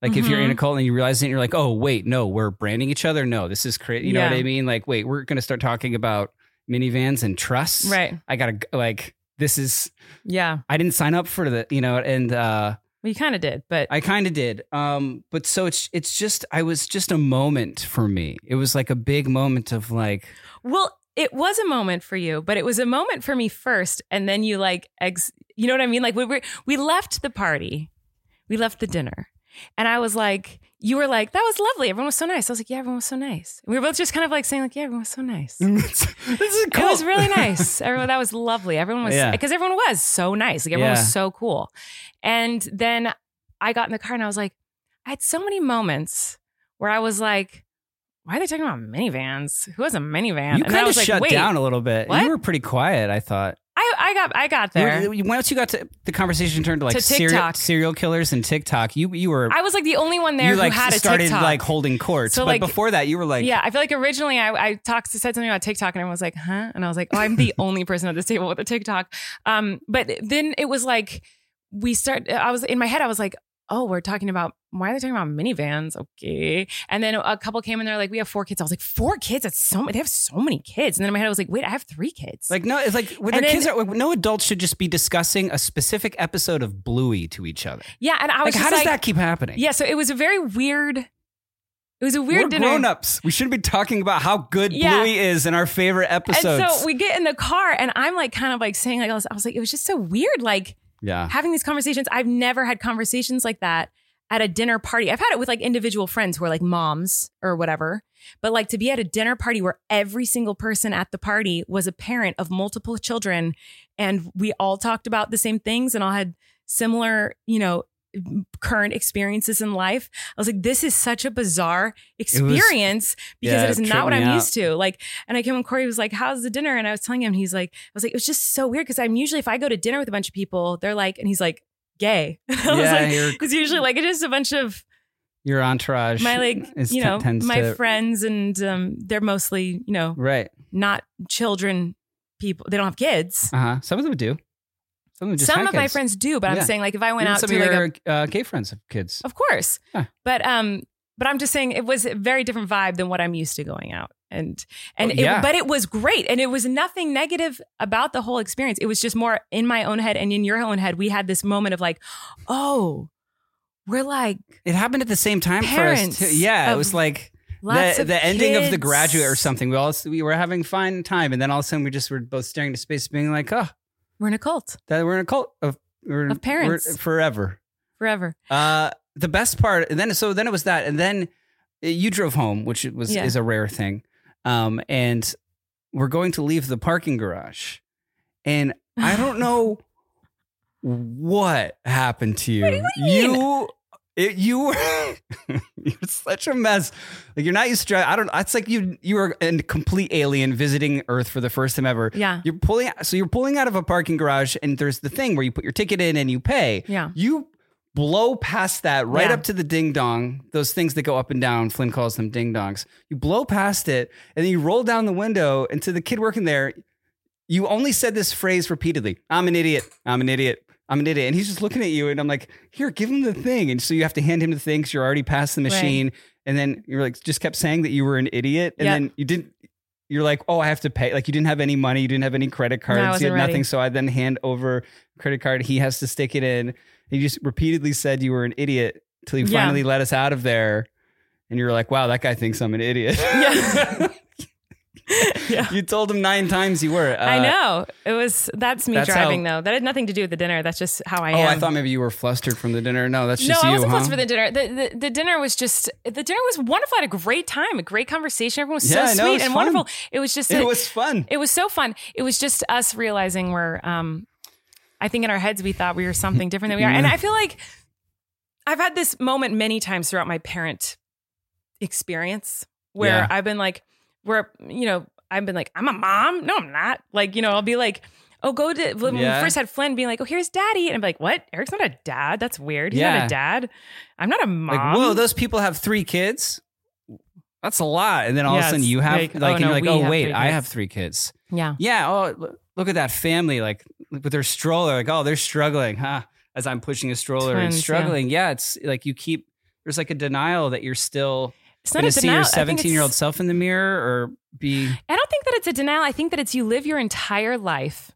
Speaker 3: like if you're in a cult and you realize it, you're like, oh wait, no, we're branding each other. No, this is crazy. You know what
Speaker 2: Yeah.
Speaker 3: I mean? Like, wait, we're gonna start talking about minivans and trusts.
Speaker 2: right.
Speaker 3: I gotta g- like this is
Speaker 2: Yeah.
Speaker 3: I didn't sign up for the you know, and uh
Speaker 2: Well, you kind of did, but
Speaker 3: I kind of did. Um, but so it's it's just I was just a moment for me. It was like a big moment of like
Speaker 2: well, it was a moment for you, but it was a moment for me first, and then you like ex. You know what I mean? Like we were, we left the party, we left the dinner, and I was like, you were like, that was lovely. Everyone was so nice. I was like, yeah, everyone was so nice. And we were both just kind of like saying like, yeah, everyone was so nice.
Speaker 3: this is
Speaker 2: It was really nice. Everyone, that was lovely. Everyone was
Speaker 3: Yeah.
Speaker 2: because everyone was so nice. Like everyone
Speaker 3: Yeah.
Speaker 2: was so cool. And then I got in the car and I was like, I had so many moments where I was like, why are they talking about minivans? Who has a minivan? and
Speaker 3: You
Speaker 2: then I
Speaker 3: kind of
Speaker 2: was
Speaker 3: shut
Speaker 2: like, wait,
Speaker 3: down a little bit.
Speaker 2: what?
Speaker 3: You were pretty quiet, I thought.
Speaker 2: I, I got I got
Speaker 3: You were-
Speaker 2: there.
Speaker 3: you- once you got to the conversation turned to like
Speaker 2: To
Speaker 3: serial,
Speaker 2: TikTok.
Speaker 3: serial killers and TikTok, you you were
Speaker 2: I was like the only one there
Speaker 3: you
Speaker 2: who
Speaker 3: like
Speaker 2: had a
Speaker 3: started
Speaker 2: TikTok.
Speaker 3: like holding court.
Speaker 2: So,
Speaker 3: but
Speaker 2: like-
Speaker 3: before that, you were like,
Speaker 2: yeah, I feel like originally I, I talked said something about TikTok and everyone was like, huh? And I was like, oh, I'm the only person at this table with a TikTok. Um, but then it was like we start. I was in my head. I was like, oh, we're talking about why are they talking about minivans? Okay. And then a couple came in. They're like, we have four kids. I was like, four kids? That's so. They have so many kids. And then in my head, I was like, wait, I have three kids.
Speaker 3: like no, it's like when
Speaker 2: And
Speaker 3: their
Speaker 2: then-
Speaker 3: kids are, like, no adults should just be discussing a specific episode of Bluey to each other.
Speaker 2: yeah. And I was
Speaker 3: Like,
Speaker 2: just
Speaker 3: how does
Speaker 2: like,
Speaker 3: that keep happening?
Speaker 2: yeah. So it was a very weird. It was a weird
Speaker 3: we're
Speaker 2: dinner.
Speaker 3: grown ups. We shouldn't be talking about how good
Speaker 2: Yeah.
Speaker 3: Bluey is in our favorite episodes.
Speaker 2: And so we get in the car, and I'm like, kind of like saying, like, I was, I was like, it was just so weird, like
Speaker 3: yeah,
Speaker 2: having these conversations. I've never had conversations like that at a dinner party. I've had it with like individual friends who are like moms or whatever, but like to be at a dinner party where every single person at the party was a parent of multiple children, and we all talked about the same things and all had similar, you know. Current experiences in life, I was like, "This is such a bizarre
Speaker 3: was-
Speaker 2: experience because
Speaker 3: Yeah,
Speaker 2: it is
Speaker 3: it
Speaker 2: not what
Speaker 3: tripped me
Speaker 2: I'm
Speaker 3: out.
Speaker 2: used to." Like, and I came and Corey was like, How's the dinner? And I was telling him, he's like, I was like, it was just so weird because I'm usually, if I go to dinner with a bunch of people, they're like, and he's like, gay. And I
Speaker 3: Yeah,
Speaker 2: was
Speaker 3: you're-
Speaker 2: like, it's usually like, it's just a bunch of
Speaker 3: your entourage.
Speaker 2: my, like,
Speaker 3: is-
Speaker 2: you know,
Speaker 3: tends
Speaker 2: my
Speaker 3: to-
Speaker 2: friends, and um, they're mostly, you know,
Speaker 3: Right.
Speaker 2: not children people. They don't have kids.
Speaker 3: Uh huh. Some of them do. Some of them just
Speaker 2: Some
Speaker 3: had
Speaker 2: of my
Speaker 3: kids.
Speaker 2: friends do, but
Speaker 3: Yeah.
Speaker 2: I'm saying, like, if I went
Speaker 3: Even
Speaker 2: out
Speaker 3: some
Speaker 2: to
Speaker 3: of
Speaker 2: like a
Speaker 3: your uh, gay friends have kids.
Speaker 2: Of course.
Speaker 3: Yeah.
Speaker 2: But um but I'm just saying it was a very different vibe than what I'm used to going out. And and
Speaker 3: Oh, yeah.
Speaker 2: it, but it was great and it was nothing negative about the whole experience. It was just more in my own head and in your own head we had this moment of like, "Oh, we're like
Speaker 3: It happened at the same time
Speaker 2: Parents
Speaker 3: for us. Too. Yeah, it
Speaker 2: of
Speaker 3: was like
Speaker 2: lots
Speaker 3: the,
Speaker 2: of
Speaker 3: the ending of the
Speaker 2: kids.
Speaker 3: graduate or something. We all we were having fun time, and then all of a sudden we just were both staring into space, being like, "Oh,
Speaker 2: We're in a cult
Speaker 3: that we're in a cult of we're,
Speaker 2: Of parents.
Speaker 3: we're- forever."
Speaker 2: forever."
Speaker 3: Uh, the best part, and then so then it was that, and then uh, you drove home, which it was
Speaker 2: Yeah.
Speaker 3: is a rare thing. Um, and we're going to leave the parking garage, and I don't know what happened to you. you It, you were you're such a mess. Like you're not used to. dri- I don't. It's like you you were a complete alien visiting Earth for the first time ever.
Speaker 2: Yeah.
Speaker 3: You're pulling. So you're pulling out of a parking garage, and there's the thing where you put your ticket in and you pay.
Speaker 2: Yeah.
Speaker 3: You blow past that right
Speaker 2: Yeah.
Speaker 3: up to the ding dong. Those things that go up and down. Flynn calls them ding dongs. You blow past it, and then you roll down the window. And to the kid working there, you only said this phrase repeatedly i'm an idiot i'm an idiot i'm an idiot and he's just looking at you and i'm like here give him the thing and so you have to hand him the thing because you're already past the machine and then you're like just kept saying that you were an idiot and
Speaker 2: Yeah.
Speaker 3: then you didn't you're like oh i have to pay like you didn't have any money you didn't have any credit cards you
Speaker 2: wasn't
Speaker 3: had
Speaker 2: ready.
Speaker 3: nothing so i then hand over credit card he has to stick it in he just repeatedly said you were an idiot until you
Speaker 2: Yeah.
Speaker 3: finally let us out of there and you were like wow that guy thinks i'm an idiot
Speaker 2: Yeah. Yeah.
Speaker 3: You told him nine times you were. Uh,
Speaker 2: I know. It was that's me
Speaker 3: that's
Speaker 2: driving
Speaker 3: how-
Speaker 2: though. That had nothing to do with the dinner. That's just how I
Speaker 3: Oh,
Speaker 2: am.
Speaker 3: I thought maybe you were flustered from the dinner. No, that's
Speaker 2: no,
Speaker 3: just
Speaker 2: I
Speaker 3: you,
Speaker 2: wasn't
Speaker 3: huh?
Speaker 2: close for the dinner. The, the the dinner was just the dinner was wonderful. I had a great time, a great conversation. Everyone was
Speaker 3: Yeah, I
Speaker 2: so
Speaker 3: know. It
Speaker 2: sweet
Speaker 3: was
Speaker 2: and
Speaker 3: fun.
Speaker 2: wonderful. It was just a-
Speaker 3: It was fun.
Speaker 2: It was so fun. It was just us realizing we're, um, I think in our heads, we thought we were something different than we are. And I feel like I've had this moment many times throughout my parent experience where
Speaker 3: Yeah.
Speaker 2: I've been like, where, you know, I've been like, I'm a mom. No, I'm not. Like, you know, I'll be like, Oh, go to when
Speaker 3: Yeah.
Speaker 2: we first had Flynn being like, "Oh, here's Daddy," and I'm like, "What? Eric's not a dad. That's weird. He's not
Speaker 3: Yeah.
Speaker 2: a dad. I'm not a mom."
Speaker 3: like, whoa, those people have three kids. That's a lot. And then all
Speaker 2: Yes.
Speaker 3: of a sudden you have
Speaker 2: Like,
Speaker 3: like,
Speaker 2: oh,
Speaker 3: and
Speaker 2: no,
Speaker 3: you're like,
Speaker 2: we
Speaker 3: oh
Speaker 2: have
Speaker 3: wait,
Speaker 2: three
Speaker 3: I
Speaker 2: kids.
Speaker 3: have three kids.
Speaker 2: yeah,
Speaker 3: Yeah. Oh, l- look at that family. Like with their stroller. Like, oh, they're struggling, huh? As I'm pushing a stroller and
Speaker 2: Twins, yeah.
Speaker 3: struggling. Yeah. It's like you keep. There's like a denial that you're still
Speaker 2: it's not
Speaker 3: going
Speaker 2: a
Speaker 3: to see your
Speaker 2: denial. I think it's-
Speaker 3: 17 year old self in the mirror or be.
Speaker 2: I don't think that it's a denial. I think that it's you live your entire life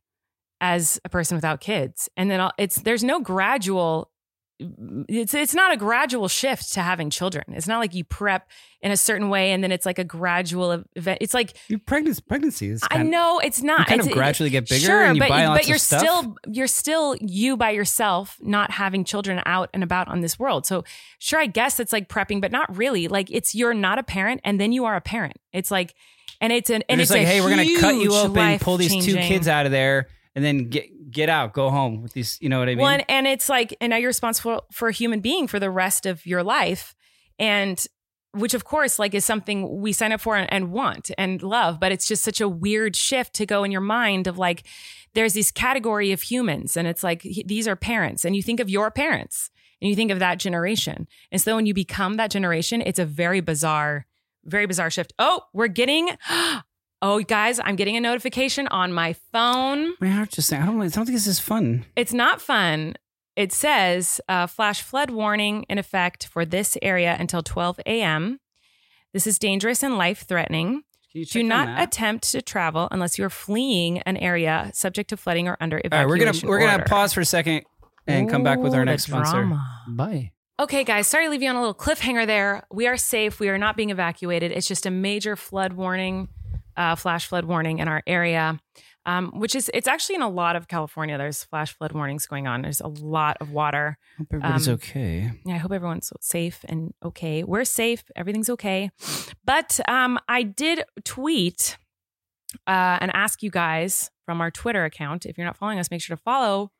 Speaker 2: as a person without kids, and then I'll- it's there's no gradual. It's it's not a gradual shift to having children. It's not like you prep in a certain way and then it's like a gradual event. It's like
Speaker 3: Your pregnancy, pregnancy is.
Speaker 2: I know it's not.
Speaker 3: You kind
Speaker 2: it's,
Speaker 3: of gradually get bigger
Speaker 2: sure,
Speaker 3: and you
Speaker 2: but
Speaker 3: buy lots
Speaker 2: but you're
Speaker 3: of stuff.
Speaker 2: still you're still you by yourself, not having children out and about on this world. So sure, I guess it's like prepping, but not really. Like it's you're not a parent, and then you are a parent. It's like, and it's an and
Speaker 3: You're
Speaker 2: it's
Speaker 3: just like,
Speaker 2: a
Speaker 3: hey, we're gonna cut you
Speaker 2: huge
Speaker 3: open, pull these two
Speaker 2: life-changing-
Speaker 3: kids out of there, and then get get out, go home with these. You know what I mean?
Speaker 2: One, and it's like, and now you're responsible for a human being for the rest of your life. And which, of course, like is something we sign up for and, and want and love. But it's just such a weird shift to go in your mind of like, there's this category of humans, and it's like, h- these are parents. And you think of your parents and you think of that generation. And so when you become that generation, it's a very bizarre, very bizarre shift. Oh, we're getting. Oh, guys, I'm getting a notification on my phone.
Speaker 3: My heart's just saying, I don't, I don't think this is fun.
Speaker 2: It's not fun. It says uh, flash flood warning in effect for this area until 12 a.m. This is dangerous and life threatening.
Speaker 3: Can you check
Speaker 2: Do
Speaker 3: the
Speaker 2: not
Speaker 3: map?
Speaker 2: attempt to travel unless you're fleeing an area subject to flooding or under
Speaker 3: All right,
Speaker 2: evacuation.
Speaker 3: we're gonna we're gonna
Speaker 2: order.
Speaker 3: pause for a second and come back with
Speaker 2: Ooh,
Speaker 3: our
Speaker 2: the
Speaker 3: next sponsor.
Speaker 2: drama.
Speaker 3: Bye.
Speaker 2: Okay, guys, sorry to leave you on a little cliffhanger there. We are safe. We are not being evacuated. It's just a major flood warning, uh, flash flood warning in our area, um, which is, it's actually in a lot of California. There's flash flood warnings going on. There's a lot of water.
Speaker 3: Hope everybody's
Speaker 2: Um,
Speaker 3: okay.
Speaker 2: Yeah, I hope everyone's safe and okay. We're safe. Everything's okay. But um, I did tweet uh, and ask you guys from our Twitter account. If you're not following us, make sure to follow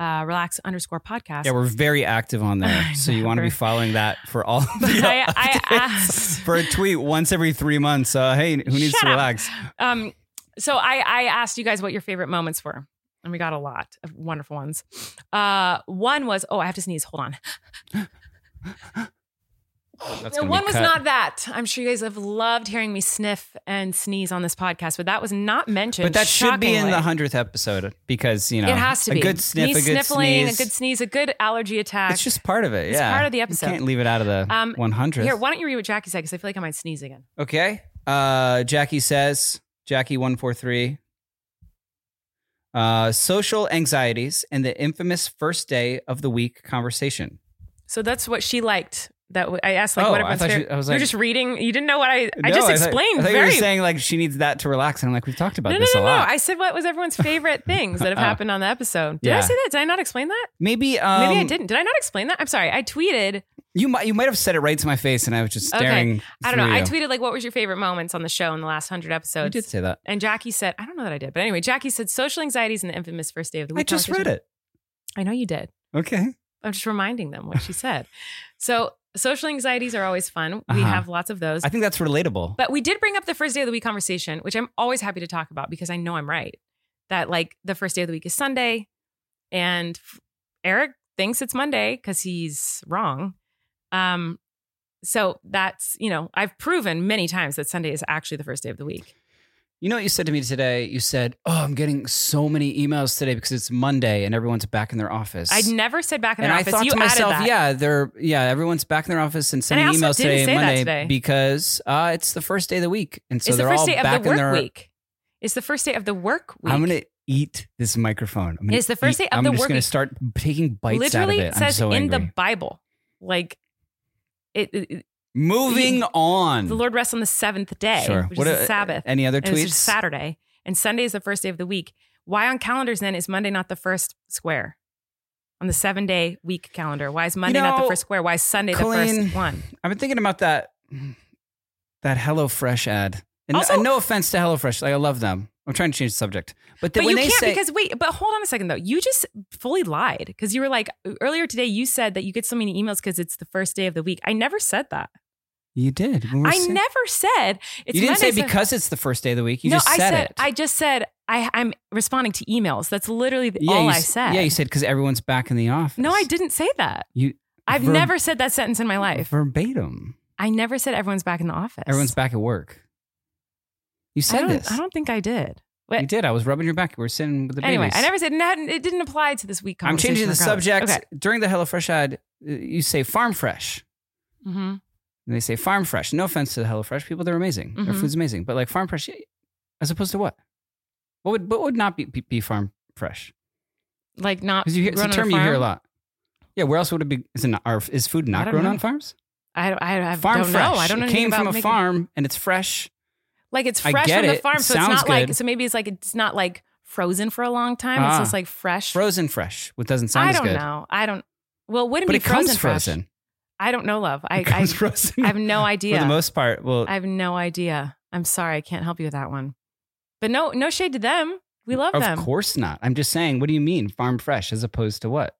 Speaker 2: uh, relax underscore podcast.
Speaker 3: Yeah, we're very active on there,
Speaker 2: I
Speaker 3: so you want to
Speaker 2: know.
Speaker 3: be following that for all. Of the
Speaker 2: I- I
Speaker 3: updates.
Speaker 2: asked-
Speaker 3: for a tweet once every three months. Uh, hey, who needs
Speaker 2: Shut
Speaker 3: to
Speaker 2: up.
Speaker 3: relax?
Speaker 2: um, so I, I asked you guys what your favorite moments were. And we got a lot of wonderful ones. Uh, one was, oh, I have to sneeze. Hold on.
Speaker 3: That's
Speaker 2: No,
Speaker 3: gonna be
Speaker 2: one was
Speaker 3: cut.
Speaker 2: not that. I'm sure you guys have loved hearing me sniff and sneeze on this podcast, but that was not mentioned.
Speaker 3: But that should be in
Speaker 2: shockingly.
Speaker 3: the hundredth episode because you know
Speaker 2: It has to
Speaker 3: a
Speaker 2: be
Speaker 3: good sniff,
Speaker 2: Me
Speaker 3: a good
Speaker 2: sniffling,
Speaker 3: sneeze.
Speaker 2: a good sneeze, a good allergy attack.
Speaker 3: It's just part of it.
Speaker 2: It's
Speaker 3: yeah,
Speaker 2: part of the
Speaker 3: You
Speaker 2: episode.
Speaker 3: can't leave it out of the
Speaker 2: Um,
Speaker 3: one hundredth.
Speaker 2: here. Why don't you read what Jackie said? Because I feel like I might sneeze again.
Speaker 3: Okay. Uh, Jackie says, Jackie one four three. Uh, social anxieties and the infamous first day of the week conversation.
Speaker 2: So that's what she liked. That w- I asked, like,
Speaker 3: Oh,
Speaker 2: what
Speaker 3: I
Speaker 2: everyone's
Speaker 3: thought you-
Speaker 2: favorite-
Speaker 3: I was
Speaker 2: You're
Speaker 3: like-
Speaker 2: just reading. You didn't know what I. I
Speaker 3: No,
Speaker 2: just
Speaker 3: thought-
Speaker 2: explained
Speaker 3: I thought you were
Speaker 2: very.
Speaker 3: saying like she needs that to relax, and I'm like, we've talked about
Speaker 2: no, no,
Speaker 3: this
Speaker 2: no,
Speaker 3: a
Speaker 2: no.
Speaker 3: lot.
Speaker 2: I said what was everyone's favorite things that have
Speaker 3: Oh.
Speaker 2: happened on the episode. Did I
Speaker 3: Yeah.
Speaker 2: say that? Did I not explain that?
Speaker 3: maybe um,
Speaker 2: Maybe I didn't. Did I not explain that? I'm sorry. I tweeted.
Speaker 3: You might you might have said it right to my face, and I was just staring.
Speaker 2: okay. I don't know.
Speaker 3: through
Speaker 2: I
Speaker 3: you.
Speaker 2: tweeted like, what was your favorite moments on the show in the last hundred episodes?
Speaker 3: You did say that.
Speaker 2: And Jackie said, I don't know that I did, but anyway, Jackie said social anxieties and the infamous first day of the week.
Speaker 3: I just read
Speaker 2: conversation."
Speaker 3: it.
Speaker 2: I know you did.
Speaker 3: Okay.
Speaker 2: I'm just reminding them what she said. so social anxieties are always fun. We
Speaker 3: Uh-huh.
Speaker 2: have lots of those.
Speaker 3: I think that's relatable.
Speaker 2: but we did bring up the first day of the week conversation, which I'm always happy to talk about because I know I'm right. That like the first day of the week is Sunday, and f- Eric thinks it's Monday because he's wrong. Um, so that's you know I've proven many times that Sunday is actually the first day of the week.
Speaker 3: You know what you said to me today? You said, "Oh, I'm getting so many emails today because it's Monday and everyone's back in their office."
Speaker 2: I'd never said back in
Speaker 3: and
Speaker 2: the
Speaker 3: I
Speaker 2: office.
Speaker 3: thought
Speaker 2: you
Speaker 3: to myself,
Speaker 2: added that.
Speaker 3: "Yeah, they're yeah, everyone's back in their office and sending
Speaker 2: I also
Speaker 3: emails
Speaker 2: didn't
Speaker 3: today
Speaker 2: say that
Speaker 3: Monday
Speaker 2: today.
Speaker 3: because uh, it's the first day of the week, and so
Speaker 2: it's the
Speaker 3: they're
Speaker 2: first
Speaker 3: all
Speaker 2: day
Speaker 3: back
Speaker 2: of the work
Speaker 3: in their.
Speaker 2: week. It's the first day of the work week.
Speaker 3: I'm gonna eat this microphone. I'm gonna
Speaker 2: It's the first
Speaker 3: eat-
Speaker 2: day of
Speaker 3: I'm
Speaker 2: the
Speaker 3: just
Speaker 2: work
Speaker 3: gonna
Speaker 2: week.
Speaker 3: start taking bites
Speaker 2: literally
Speaker 3: out of it.
Speaker 2: says
Speaker 3: I'm so
Speaker 2: in the
Speaker 3: angry.
Speaker 2: Bible, like it, it-
Speaker 3: Moving on.
Speaker 2: The Lord rests on the seventh day,
Speaker 3: Hmm. Sure.
Speaker 2: which
Speaker 3: What
Speaker 2: is
Speaker 3: a-
Speaker 2: the Sabbath.
Speaker 3: Any other
Speaker 2: and it's
Speaker 3: tweets?
Speaker 2: just Saturday, and Sunday is the first day of the week. Why on calendars then is Monday not the first square on the seven day week calendar? Why is Monday not
Speaker 3: know,
Speaker 2: the first square? Why is Sunday the
Speaker 3: Colleen,
Speaker 2: first one?
Speaker 3: I've been thinking about that that HelloFresh ad. And
Speaker 2: Also-
Speaker 3: and no offense to HelloFresh, like I love them. I'm trying to change the subject, but, then
Speaker 2: But
Speaker 3: when
Speaker 2: you
Speaker 3: they
Speaker 2: can't
Speaker 3: say
Speaker 2: because wait, but hold on a second though. You just fully lied because you were like uh, earlier today. You said that you get so many emails because it's the first day of the week. I never said that.
Speaker 3: you did, When we
Speaker 2: I
Speaker 3: said-
Speaker 2: never said it's.
Speaker 3: you didn't
Speaker 2: Monday,
Speaker 3: say
Speaker 2: so-
Speaker 3: because it's the first day of the week. You
Speaker 2: no,
Speaker 3: just
Speaker 2: I
Speaker 3: said,
Speaker 2: said
Speaker 3: it.
Speaker 2: I just said I, I'm responding to emails. That's literally the,
Speaker 3: yeah,
Speaker 2: all
Speaker 3: you,
Speaker 2: I
Speaker 3: s-
Speaker 2: said.
Speaker 3: Yeah, you said because everyone's back in the office.
Speaker 2: No, I didn't say that.
Speaker 3: You.
Speaker 2: I've
Speaker 3: verb-
Speaker 2: never said that sentence in my life.
Speaker 3: verbatim.
Speaker 2: I never said everyone's back in the office.
Speaker 3: Everyone's back at work. You
Speaker 2: I
Speaker 3: said
Speaker 2: don't,
Speaker 3: this.
Speaker 2: I don't think I did.
Speaker 3: you did. I was rubbing your back. We were sitting with the
Speaker 2: anyway,
Speaker 3: babies.
Speaker 2: I never said it hadn't- it didn't apply to this week.
Speaker 3: I'm changing the
Speaker 2: conversation
Speaker 3: subject
Speaker 2: regardless.
Speaker 3: during the HelloFresh ad. uh, You say farm fresh.
Speaker 2: Okay. hmm
Speaker 3: And they say farm fresh. No offense to the HelloFresh people, they're amazing. Their
Speaker 2: Mhm.
Speaker 3: food's amazing. But like farm fresh, as opposed to what? What would what would not be be, be farm fresh?
Speaker 2: Like not
Speaker 3: Because you hear it's a
Speaker 2: Uh, grown on
Speaker 3: term you hear a
Speaker 2: farm?
Speaker 3: lot. Yeah, where else would it be? Is it not, are, is food
Speaker 2: I
Speaker 3: not
Speaker 2: don't
Speaker 3: grown
Speaker 2: know.
Speaker 3: on farms?
Speaker 2: I don't, I, I
Speaker 3: farm
Speaker 2: don't
Speaker 3: fresh.
Speaker 2: know. I don't know.
Speaker 3: It
Speaker 2: anything
Speaker 3: came
Speaker 2: about
Speaker 3: from a
Speaker 2: making-
Speaker 3: farm and it's fresh.
Speaker 2: Like it's
Speaker 3: I
Speaker 2: fresh
Speaker 3: get
Speaker 2: from the
Speaker 3: it.
Speaker 2: farm,
Speaker 3: It
Speaker 2: so it's
Speaker 3: sounds
Speaker 2: not like
Speaker 3: good.
Speaker 2: so maybe it's like it's not like frozen for a long time.
Speaker 3: Ah.
Speaker 2: It's just like fresh.
Speaker 3: Frozen fresh, which doesn't sound
Speaker 2: I
Speaker 3: as
Speaker 2: don't
Speaker 3: good.
Speaker 2: know. I don't. Well, it wouldn't
Speaker 3: But
Speaker 2: be
Speaker 3: it comes
Speaker 2: frozen. fresh.
Speaker 3: frozen.
Speaker 2: I don't know, love. I
Speaker 3: it
Speaker 2: I,
Speaker 3: comes frozen.
Speaker 2: I have no idea.
Speaker 3: For the most part, well,
Speaker 2: I have no idea. I'm sorry, I can't help you with that one. But no, no shade to them. We love
Speaker 3: of
Speaker 2: them.
Speaker 3: course not. I'm just saying, what do you mean farm fresh as opposed to what?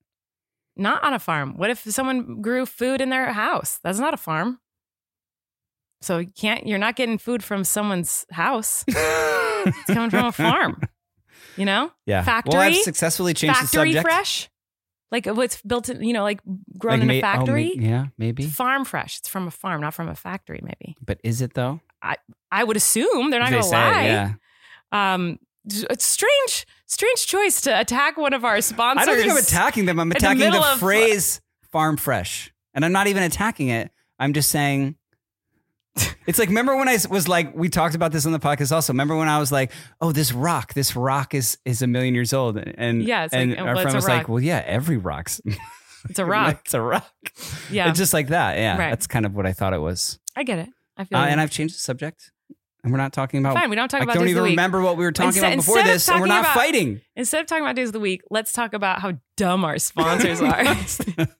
Speaker 2: Not on a farm. What if someone grew food in their house? That's not a farm. So you can't. You're not getting food from someone's house.
Speaker 3: it's
Speaker 2: It's coming from a farm. You know,
Speaker 3: Yeah. Well, I've
Speaker 2: Factory?
Speaker 3: successfully changed
Speaker 2: factory
Speaker 3: the subject.
Speaker 2: fresh, like uh, what's built in. You know, like grown
Speaker 3: Like
Speaker 2: in a
Speaker 3: ma- oh, ma-
Speaker 2: factory.
Speaker 3: yeah,
Speaker 2: It's
Speaker 3: maybe.
Speaker 2: Farm fresh. It's from a farm, not from a factory. Maybe
Speaker 3: But is it though?
Speaker 2: I would assume they're not
Speaker 3: They
Speaker 2: going to
Speaker 3: say it,
Speaker 2: lie.
Speaker 3: yeah.
Speaker 2: um it's strange strange choice to attack one of our sponsors
Speaker 3: I don't think I'm attacking them. I'm
Speaker 2: the
Speaker 3: attacking the,
Speaker 2: middle of-
Speaker 3: phrase farm fresh. And I'm not even attacking it. I'm just saying it's like remember when I was like we talked about this on the podcast also. Remember when I was like, "Oh, this rock, this rock is is a million years old." And
Speaker 2: Yeah, it's like,
Speaker 3: and
Speaker 2: oh,
Speaker 3: our
Speaker 2: well, it's
Speaker 3: friend
Speaker 2: a
Speaker 3: was like,
Speaker 2: rock.
Speaker 3: "Well, yeah, every rock's
Speaker 2: it's a rock
Speaker 3: it's a rock."
Speaker 2: yeah
Speaker 3: It's just like that. Yeah.
Speaker 2: Right.
Speaker 3: That's kind of what I thought it was.
Speaker 2: i get it i feel
Speaker 3: Uh,
Speaker 2: you.
Speaker 3: and I've changed the subject. And we're not talking about.
Speaker 2: fine we don't talk
Speaker 3: I
Speaker 2: about
Speaker 3: don't
Speaker 2: days
Speaker 3: even
Speaker 2: of the week
Speaker 3: remember what we were talking
Speaker 2: Instead-
Speaker 3: about before
Speaker 2: instead of
Speaker 3: this, and we're
Speaker 2: talking
Speaker 3: not
Speaker 2: about-
Speaker 3: fighting.
Speaker 2: instead of talking about days of the week let's talk about how dumb our sponsors are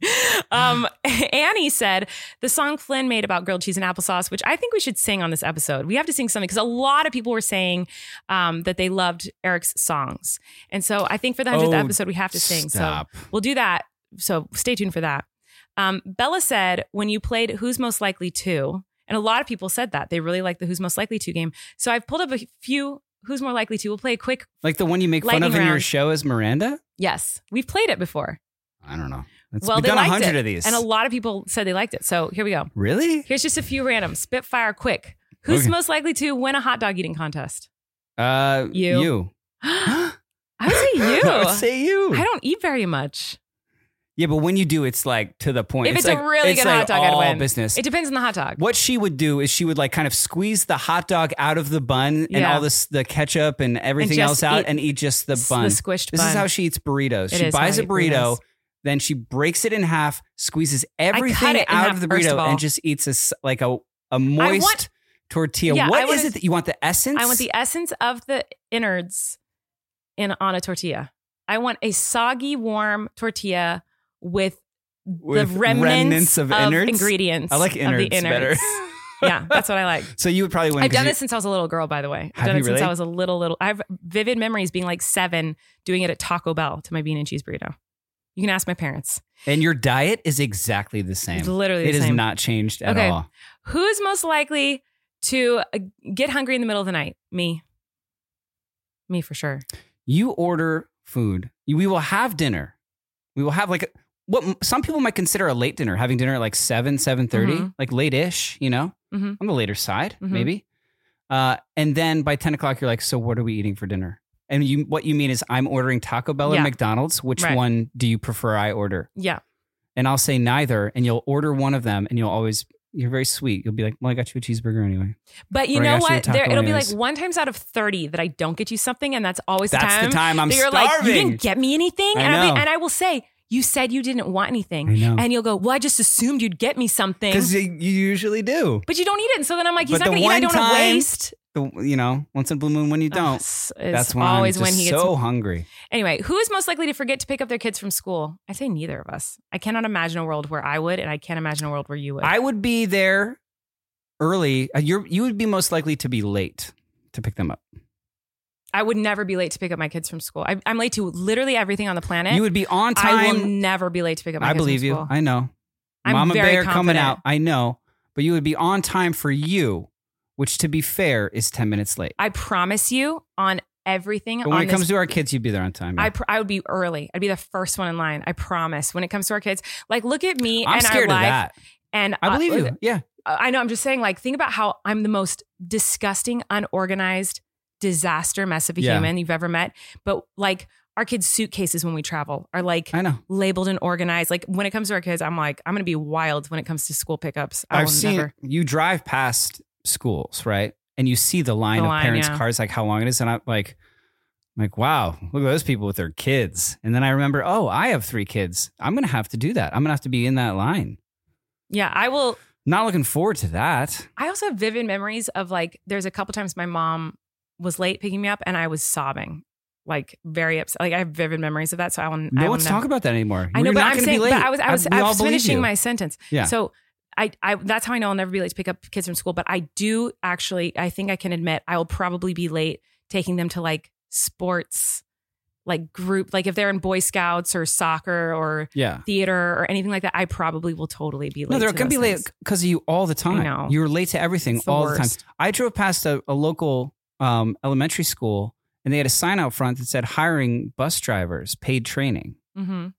Speaker 2: um, annie said the song flynn made about grilled cheese and applesauce which i think we should sing on this episode we have to sing something because a lot of people were saying um, that they loved eric's songs and so i think for the 100th
Speaker 3: Oh,
Speaker 2: episode we have to sing so
Speaker 3: Stop.
Speaker 2: We'll do that. So stay tuned for that. Um, Bella said when you played Who's Most Likely To, and a lot of people said that they really liked the Who's Most Likely To game. So I've pulled up a few Who's More Likely To. We'll play a quick.
Speaker 3: Like the one you make fun
Speaker 2: Lightning
Speaker 3: of in your
Speaker 2: round.
Speaker 3: show is Miranda.
Speaker 2: Yes, we've played it before.
Speaker 3: I don't know. It's,
Speaker 2: well,
Speaker 3: we've
Speaker 2: they
Speaker 3: done a
Speaker 2: liked
Speaker 3: hundred
Speaker 2: it,
Speaker 3: of these.
Speaker 2: and a lot of people said they liked it. So here we go.
Speaker 3: really?
Speaker 2: Here's just a few random spitfire quick. Who's
Speaker 3: Okay.
Speaker 2: most likely to win a hot dog eating contest?
Speaker 3: Uh,
Speaker 2: You.
Speaker 3: You.
Speaker 2: I would say you.
Speaker 3: I would say you.
Speaker 2: I don't eat very much.
Speaker 3: yeah, but when you do, it's like to the point.
Speaker 2: If it's a
Speaker 3: like-
Speaker 2: really
Speaker 3: it's
Speaker 2: good
Speaker 3: like
Speaker 2: hot dog, I'd
Speaker 3: all
Speaker 2: win.
Speaker 3: business.
Speaker 2: It depends on the hot dog.
Speaker 3: what she would do is she would like kind of squeeze the hot dog out of the bun and
Speaker 2: Yeah.
Speaker 3: all this the ketchup and everything
Speaker 2: just
Speaker 3: else out
Speaker 2: eat
Speaker 3: and eat just the
Speaker 2: S-
Speaker 3: bun.
Speaker 2: The squished
Speaker 3: This
Speaker 2: bun.
Speaker 3: is how she eats burritos.
Speaker 2: It
Speaker 3: she
Speaker 2: is
Speaker 3: buys
Speaker 2: how
Speaker 3: a
Speaker 2: I eat
Speaker 3: burrito,
Speaker 2: burritos.
Speaker 3: then she breaks it in half, squeezes everything
Speaker 2: it in
Speaker 3: out
Speaker 2: half,
Speaker 3: of the
Speaker 2: first
Speaker 3: burrito,
Speaker 2: of all.
Speaker 3: and just eats a s like a a moist
Speaker 2: want-
Speaker 3: tortilla.
Speaker 2: Yeah,
Speaker 3: what
Speaker 2: I
Speaker 3: is
Speaker 2: wanna-
Speaker 3: it that you want? The essence?
Speaker 2: I want the essence of the innards in on a tortilla. I want a soggy, warm tortilla with,
Speaker 3: With
Speaker 2: the remnants,
Speaker 3: of innards.
Speaker 2: ingredients.
Speaker 3: I like
Speaker 2: of
Speaker 3: innards
Speaker 2: the
Speaker 3: better.
Speaker 2: innards. yeah, that's what I like.
Speaker 3: So you would probably win.
Speaker 2: I've
Speaker 3: 'cause
Speaker 2: done
Speaker 3: you-
Speaker 2: this since I was a little girl, by the way. I've
Speaker 3: Have
Speaker 2: done
Speaker 3: you
Speaker 2: it since
Speaker 3: really?
Speaker 2: I was a little little. I have vivid memories being like seven, doing it at Taco Bell to my bean and cheese burrito. You can ask my parents.
Speaker 3: and your diet is exactly the same.
Speaker 2: It's literally
Speaker 3: It
Speaker 2: the
Speaker 3: has
Speaker 2: same.
Speaker 3: not changed at
Speaker 2: Okay.
Speaker 3: all.
Speaker 2: Who is most likely to uh, get hungry in the middle of the night? Me. Me for sure.
Speaker 3: You order food. You- We will have dinner. We will have like a- what m- some people might consider a late dinner, having dinner at like seven, seven
Speaker 2: Mhm.
Speaker 3: like late-ish. You know,
Speaker 2: Mhm.
Speaker 3: on the later side,
Speaker 2: Mhm.
Speaker 3: maybe. Uh, and then by ten o'clock, you're like, so what are we eating for dinner? And you, what you mean is, I'm ordering Taco Bell or
Speaker 2: Yeah.
Speaker 3: McDonald's. Which
Speaker 2: Right.
Speaker 3: one do you prefer? I order,
Speaker 2: Yeah.
Speaker 3: and I'll say neither. And you'll order one of them, and you'll always. You're very sweet. You'll be like, well, I got you a cheeseburger anyway.
Speaker 2: But you
Speaker 3: Or I
Speaker 2: know
Speaker 3: got you a
Speaker 2: what? There,
Speaker 3: taco
Speaker 2: it'll be like
Speaker 3: anyways.
Speaker 2: one times out of 30 that I don't get you something. And that's always
Speaker 3: That's
Speaker 2: the time,
Speaker 3: the time I'm
Speaker 2: that you're
Speaker 3: starving.
Speaker 2: like, you didn't get me anything.
Speaker 3: I
Speaker 2: and, I'll be-
Speaker 3: know.
Speaker 2: and I will say, You said you didn't want anything.
Speaker 3: I know.
Speaker 2: And you'll go, Well, I just assumed you'd get me something.
Speaker 3: Because you you usually do.
Speaker 2: But you don't eat it. And so then I'm like, He's
Speaker 3: But
Speaker 2: not going
Speaker 3: the
Speaker 2: to eat. I
Speaker 3: one
Speaker 2: don't want to
Speaker 3: time-
Speaker 2: waste.
Speaker 3: The, you know, once in a blue moon, when you
Speaker 2: Ugh,
Speaker 3: don't,
Speaker 2: it's
Speaker 3: that's when
Speaker 2: always
Speaker 3: I'm
Speaker 2: when
Speaker 3: just
Speaker 2: he gets
Speaker 3: so hungry.
Speaker 2: Anyway, who is most likely to forget to pick up their kids from school? I say neither of us. I cannot imagine a world where I would, and I can't imagine a world where you would.
Speaker 3: I would be there early. Uh, You're you would be most likely to be late to pick them up.
Speaker 2: I would never be late to pick up my kids from school. I, I'm late to literally everything on the planet.
Speaker 3: You would be on
Speaker 2: I will
Speaker 3: time.
Speaker 2: never be late to pick up my
Speaker 3: I
Speaker 2: kids
Speaker 3: believe
Speaker 2: from
Speaker 3: you.
Speaker 2: school.
Speaker 3: I know.
Speaker 2: I'm
Speaker 3: Mama
Speaker 2: very
Speaker 3: Bear coming
Speaker 2: confident.
Speaker 3: out. I know. But you would be on time for you, which to be fair is 10 minutes late.
Speaker 2: I promise you on everything.
Speaker 3: But when
Speaker 2: on
Speaker 3: it
Speaker 2: this-
Speaker 3: comes to our kids, you'd be there on time. yeah.
Speaker 2: I, pr- I would be early. I'd be the first one in line. I promise. When it comes to our kids, like look at me
Speaker 3: I'm
Speaker 2: and
Speaker 3: scared
Speaker 2: our
Speaker 3: of
Speaker 2: life.
Speaker 3: that.
Speaker 2: And
Speaker 3: I
Speaker 2: uh,
Speaker 3: believe
Speaker 2: look-
Speaker 3: you. Yeah.
Speaker 2: I know. I'm just saying. Like think about how I'm the most disgusting, unorganized, disaster mess of a
Speaker 3: Yeah.
Speaker 2: human you've ever met. But like our kids' suitcases when we travel are like.
Speaker 3: I know.
Speaker 2: Labeled and organized. Like when it comes to our kids, I'm like, I'm gonna be wild when it comes to school pickups. I
Speaker 3: I've
Speaker 2: will
Speaker 3: seen
Speaker 2: never.
Speaker 3: you drive past schools, right? And you see the line
Speaker 2: The
Speaker 3: of
Speaker 2: line,
Speaker 3: parents'
Speaker 2: yeah.
Speaker 3: cars, like how long it is. And I'm like, I'm like, wow, look at those people with their kids. And then I remember, oh, I have three kids. I'm going to have to do that. I'm going to have to be in that line.
Speaker 2: Yeah, I will
Speaker 3: Not looking forward to that.
Speaker 2: I also have vivid memories of like there's a couple times my mom was late picking me up and I was sobbing, like very upset. Like I have vivid memories of that. So I want
Speaker 3: No
Speaker 2: I will
Speaker 3: one's
Speaker 2: never-
Speaker 3: talking about that anymore.
Speaker 2: I know,
Speaker 3: You're
Speaker 2: but
Speaker 3: not
Speaker 2: I'm
Speaker 3: gonna
Speaker 2: saying,
Speaker 3: be late.
Speaker 2: but I was I was, I
Speaker 3: we all
Speaker 2: was
Speaker 3: believe
Speaker 2: finishing
Speaker 3: you.
Speaker 2: my sentence.
Speaker 3: Yeah.
Speaker 2: So I, I that's how I know I'll never be late to pick up kids from school. But I do actually I think I can admit I will probably be late taking them to like sports, like group, like if they're in Boy Scouts or soccer or
Speaker 3: Yeah.
Speaker 2: theater or anything like that. I probably will totally be late.
Speaker 3: No, they're
Speaker 2: to
Speaker 3: going to be
Speaker 2: those
Speaker 3: late
Speaker 2: things.
Speaker 3: because of you all the time.
Speaker 2: know.
Speaker 3: You're late to everything
Speaker 2: It's the
Speaker 3: all the time.
Speaker 2: worst.
Speaker 3: I drove past a, a local um, elementary school and they had a sign out front that said hiring bus drivers, paid training.
Speaker 2: Mhm.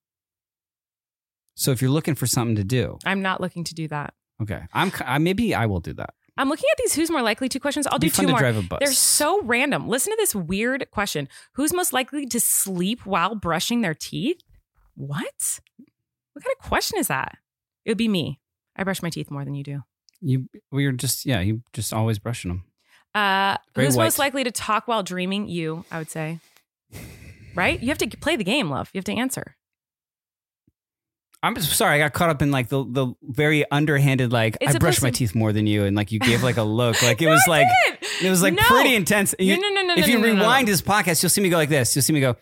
Speaker 3: So if you're looking for something to do,
Speaker 2: I'm not looking to do that.
Speaker 3: okay, I'm ki- I, maybe I will do that.
Speaker 2: I'm looking at these who's more likely to questions. I'll
Speaker 3: It'd be
Speaker 2: do
Speaker 3: fun
Speaker 2: two
Speaker 3: to
Speaker 2: more.
Speaker 3: drive a bus.
Speaker 2: They're so random. Listen to this weird question. Who's most likely to sleep while brushing their teeth? What? What kind of question is that? It would be me. I brush my teeth more than you do.
Speaker 3: you we are just yeah you just always brushing them.
Speaker 2: Uh,
Speaker 3: Very
Speaker 2: who's most
Speaker 3: white.
Speaker 2: likely to talk while dreaming? You, I would say. Right? You have to play the game, love. You have to answer.
Speaker 3: I'm s- sorry, I got caught up in like the the very underhanded like
Speaker 2: It's
Speaker 3: I brush
Speaker 2: supposed
Speaker 3: my
Speaker 2: to-
Speaker 3: teeth more than you, and like you gave like a look, like it
Speaker 2: No,
Speaker 3: was
Speaker 2: I
Speaker 3: like
Speaker 2: didn't.
Speaker 3: it was like
Speaker 2: No.
Speaker 3: pretty intense. And
Speaker 2: No,
Speaker 3: you-
Speaker 2: no, no, no,
Speaker 3: If
Speaker 2: no,
Speaker 3: you
Speaker 2: no, no, no.
Speaker 3: rewind his podcast, you'll see me go like this. You'll see me go.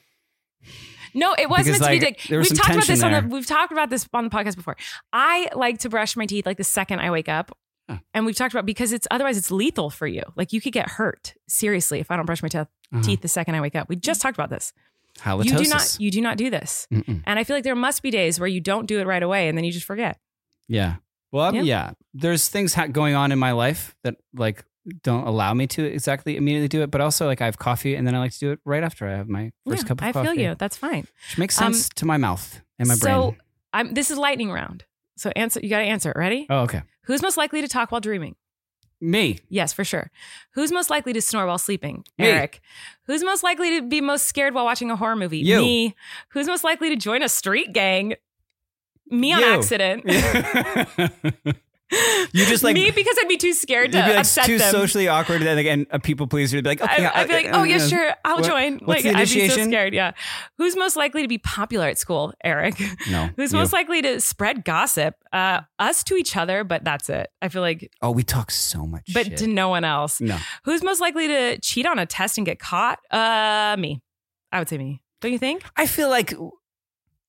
Speaker 2: No, it wasn't
Speaker 3: Because,
Speaker 2: meant to be.
Speaker 3: like,
Speaker 2: Like,
Speaker 3: there was
Speaker 2: we've
Speaker 3: some
Speaker 2: talked about
Speaker 3: tension
Speaker 2: this on
Speaker 3: there.
Speaker 2: the we've talked about this on the podcast before. I like to brush my teeth like the second I wake up,
Speaker 3: Huh.
Speaker 2: and we've talked about because it's otherwise it's lethal for you. Like you could get hurt seriously if I don't brush my teeth
Speaker 3: Uh-huh.
Speaker 2: teeth the second I wake up. We just talked about this.
Speaker 3: Halitosis.
Speaker 2: You do not you do not do this,
Speaker 3: Mm-mm.
Speaker 2: and I feel like there must be days where you don't do it right away, and then you just forget.
Speaker 3: Yeah. Well, I'm-
Speaker 2: Yeah.
Speaker 3: yeah. There's things ha- going on in my life that like don't allow me to exactly immediately do it, but also like I have coffee and then I like to do it right after I have my first
Speaker 2: Yeah,
Speaker 3: cup of
Speaker 2: I
Speaker 3: coffee.
Speaker 2: feel you. That's fine.
Speaker 3: Which makes
Speaker 2: Um,
Speaker 3: sense to my mouth and my
Speaker 2: so
Speaker 3: brain.
Speaker 2: I'm. This is lightning round. So answer. You got to answer. it. Ready?
Speaker 3: Oh, okay.
Speaker 2: Who's most likely to talk while dreaming?
Speaker 3: Me.
Speaker 2: Yes, for sure. Who's most likely to snore while sleeping?
Speaker 3: Me.
Speaker 2: Eric. Who's most likely to be most scared while watching a horror movie?
Speaker 3: You.
Speaker 2: Me. Who's most likely to join a street gang? Me on
Speaker 3: You.
Speaker 2: accident.
Speaker 3: You just, like-
Speaker 2: me because I'd be too scared
Speaker 3: You'd
Speaker 2: to
Speaker 3: be like
Speaker 2: upset
Speaker 3: too
Speaker 2: them.
Speaker 3: socially awkward and, like, and a people pleaser would be like, okay, uh,
Speaker 2: I, I'd be like, oh yeah, sure, I'll
Speaker 3: What-
Speaker 2: join.
Speaker 3: what's
Speaker 2: like,
Speaker 3: the
Speaker 2: I'd be so
Speaker 3: initiation?
Speaker 2: scared. Yeah. Who's most likely to be popular at school? Eric.
Speaker 3: No,
Speaker 2: Who's
Speaker 3: you.
Speaker 2: most likely to spread gossip? Uh, us to each other, but that's it. I feel like,
Speaker 3: Oh, we talk so much.
Speaker 2: but
Speaker 3: shit.
Speaker 2: to no one else.
Speaker 3: no,
Speaker 2: Who's most likely to cheat on a test and get caught? Uh, me. I would say me. Don't you think?
Speaker 3: I feel like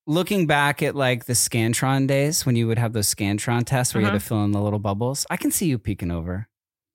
Speaker 3: looking back at like the Scantron days when you would have those Scantron tests where you
Speaker 2: Uh-huh.
Speaker 3: had to fill in the little bubbles. I can see you peeking over.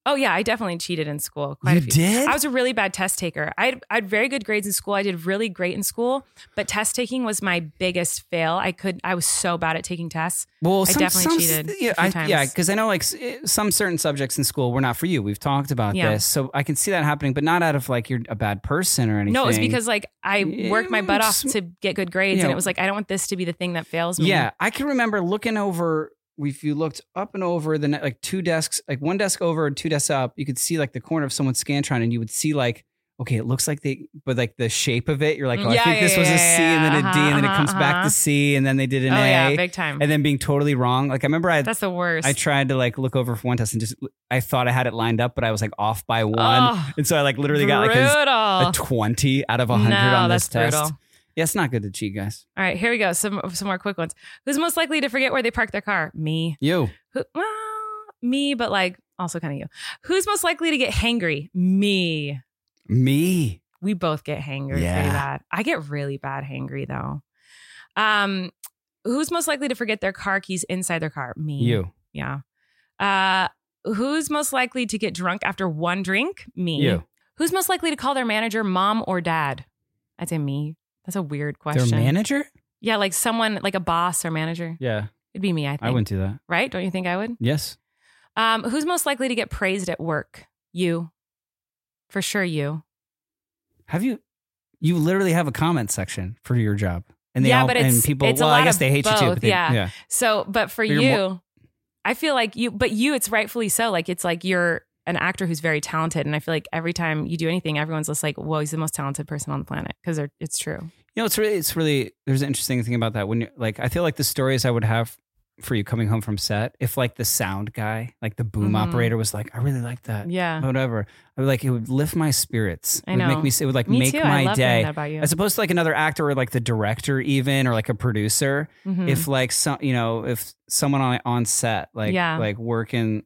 Speaker 2: Oh yeah, I definitely cheated in school. Quite
Speaker 3: You
Speaker 2: a few.
Speaker 3: did?
Speaker 2: I was a really bad test taker. I had, I had very good grades in school. I did really great in school, but test taking was my biggest fail. I could. I was so bad at taking tests.
Speaker 3: Well,
Speaker 2: I
Speaker 3: some,
Speaker 2: definitely
Speaker 3: some,
Speaker 2: cheated
Speaker 3: Yeah,
Speaker 2: a few
Speaker 3: I,
Speaker 2: times.
Speaker 3: yeah, because I know like s- eh, some certain subjects in school were not for you. We've talked about
Speaker 2: Yeah.
Speaker 3: this, so I can see that happening, but not out of like you're a bad person or anything.
Speaker 2: No, it was because like I worked my butt off
Speaker 3: Yeah,
Speaker 2: to get good grades,
Speaker 3: yeah.
Speaker 2: and it was like I don't want this to be the thing that fails me.
Speaker 3: yeah, I can remember looking over. If you looked up and over the net, like two desks, like one desk over and two desks up, you could see like the corner of someone's scantron, and you would see like, okay, it looks like they, but like the shape of it, you're like, oh,
Speaker 2: Yeah,
Speaker 3: I think
Speaker 2: yeah,
Speaker 3: this was
Speaker 2: yeah,
Speaker 3: a C and then a D,
Speaker 2: yeah,
Speaker 3: and then
Speaker 2: uh-huh,
Speaker 3: it comes back
Speaker 2: uh-huh.
Speaker 3: to C, and then they did an
Speaker 2: Oh
Speaker 3: A,
Speaker 2: yeah, big time.
Speaker 3: and then being totally wrong. Like I remember I
Speaker 2: That's the worst.
Speaker 3: I tried to like look over for one test and just I thought I had it lined up, but I was like off by one,
Speaker 2: Oh,
Speaker 3: and so I like literally got like a,
Speaker 2: brutal.
Speaker 3: a twenty out of hundred
Speaker 2: no,
Speaker 3: on this
Speaker 2: that's
Speaker 3: test.
Speaker 2: brutal.
Speaker 3: Yeah, it's not good to cheat, guys.
Speaker 2: All right, here we go. Some some more quick ones. Who's most likely to forget where they parked their car? Me.
Speaker 3: You.
Speaker 2: Who, well, me, but like also kind of you. Who's most likely to get hangry? Me.
Speaker 3: Me.
Speaker 2: We both get hangry pretty
Speaker 3: Yeah.
Speaker 2: bad. I get really bad hangry though. Um, who's most likely to forget their car keys inside their car? Me.
Speaker 3: You.
Speaker 2: Yeah. Uh, who's most likely to get drunk after one drink? Me.
Speaker 3: You.
Speaker 2: Who's most likely to call their manager mom or dad? I'd say me. That's a weird question.
Speaker 3: Their manager?
Speaker 2: Yeah, like someone like a boss or manager.
Speaker 3: Yeah.
Speaker 2: It'd be me, I think.
Speaker 3: I wouldn't do that.
Speaker 2: Right? Don't you think I would?
Speaker 3: Yes.
Speaker 2: Um, who's most likely to get praised at work? You. For sure, you.
Speaker 3: Have you? You literally have a comment section for your job, and they
Speaker 2: Yeah,
Speaker 3: all,
Speaker 2: but
Speaker 3: and
Speaker 2: it's-
Speaker 3: people.
Speaker 2: it's a
Speaker 3: well,
Speaker 2: lot
Speaker 3: I guess
Speaker 2: of
Speaker 3: they hate you too.
Speaker 2: both,
Speaker 3: But they,
Speaker 2: yeah.
Speaker 3: yeah.
Speaker 2: So, but for
Speaker 3: You're
Speaker 2: you,
Speaker 3: more-
Speaker 2: I feel like you, but you, it's rightfully so. Like, it's like you're an actor who's very talented. And I feel like every time you do anything, everyone's just like, whoa, he's the most talented person on the planet because it's true.
Speaker 3: You know, it's really, it's really. There's an interesting thing about that when you like. I feel like the stories I would have for you coming home from set, if like the sound guy, like the boom
Speaker 2: Mhm.
Speaker 3: operator, was like, "I really like that,"
Speaker 2: Yeah.
Speaker 3: whatever. I would like it would lift my spirits.
Speaker 2: I
Speaker 3: it would
Speaker 2: know.
Speaker 3: Make me. It would like
Speaker 2: Me
Speaker 3: uh, make
Speaker 2: too.
Speaker 3: my
Speaker 2: I love hearing
Speaker 3: day.
Speaker 2: that about you.
Speaker 3: As opposed to like another actor or like the director, even or like a producer,
Speaker 2: Mhm.
Speaker 3: if like some you know if someone on on set like
Speaker 2: Yeah.
Speaker 3: like working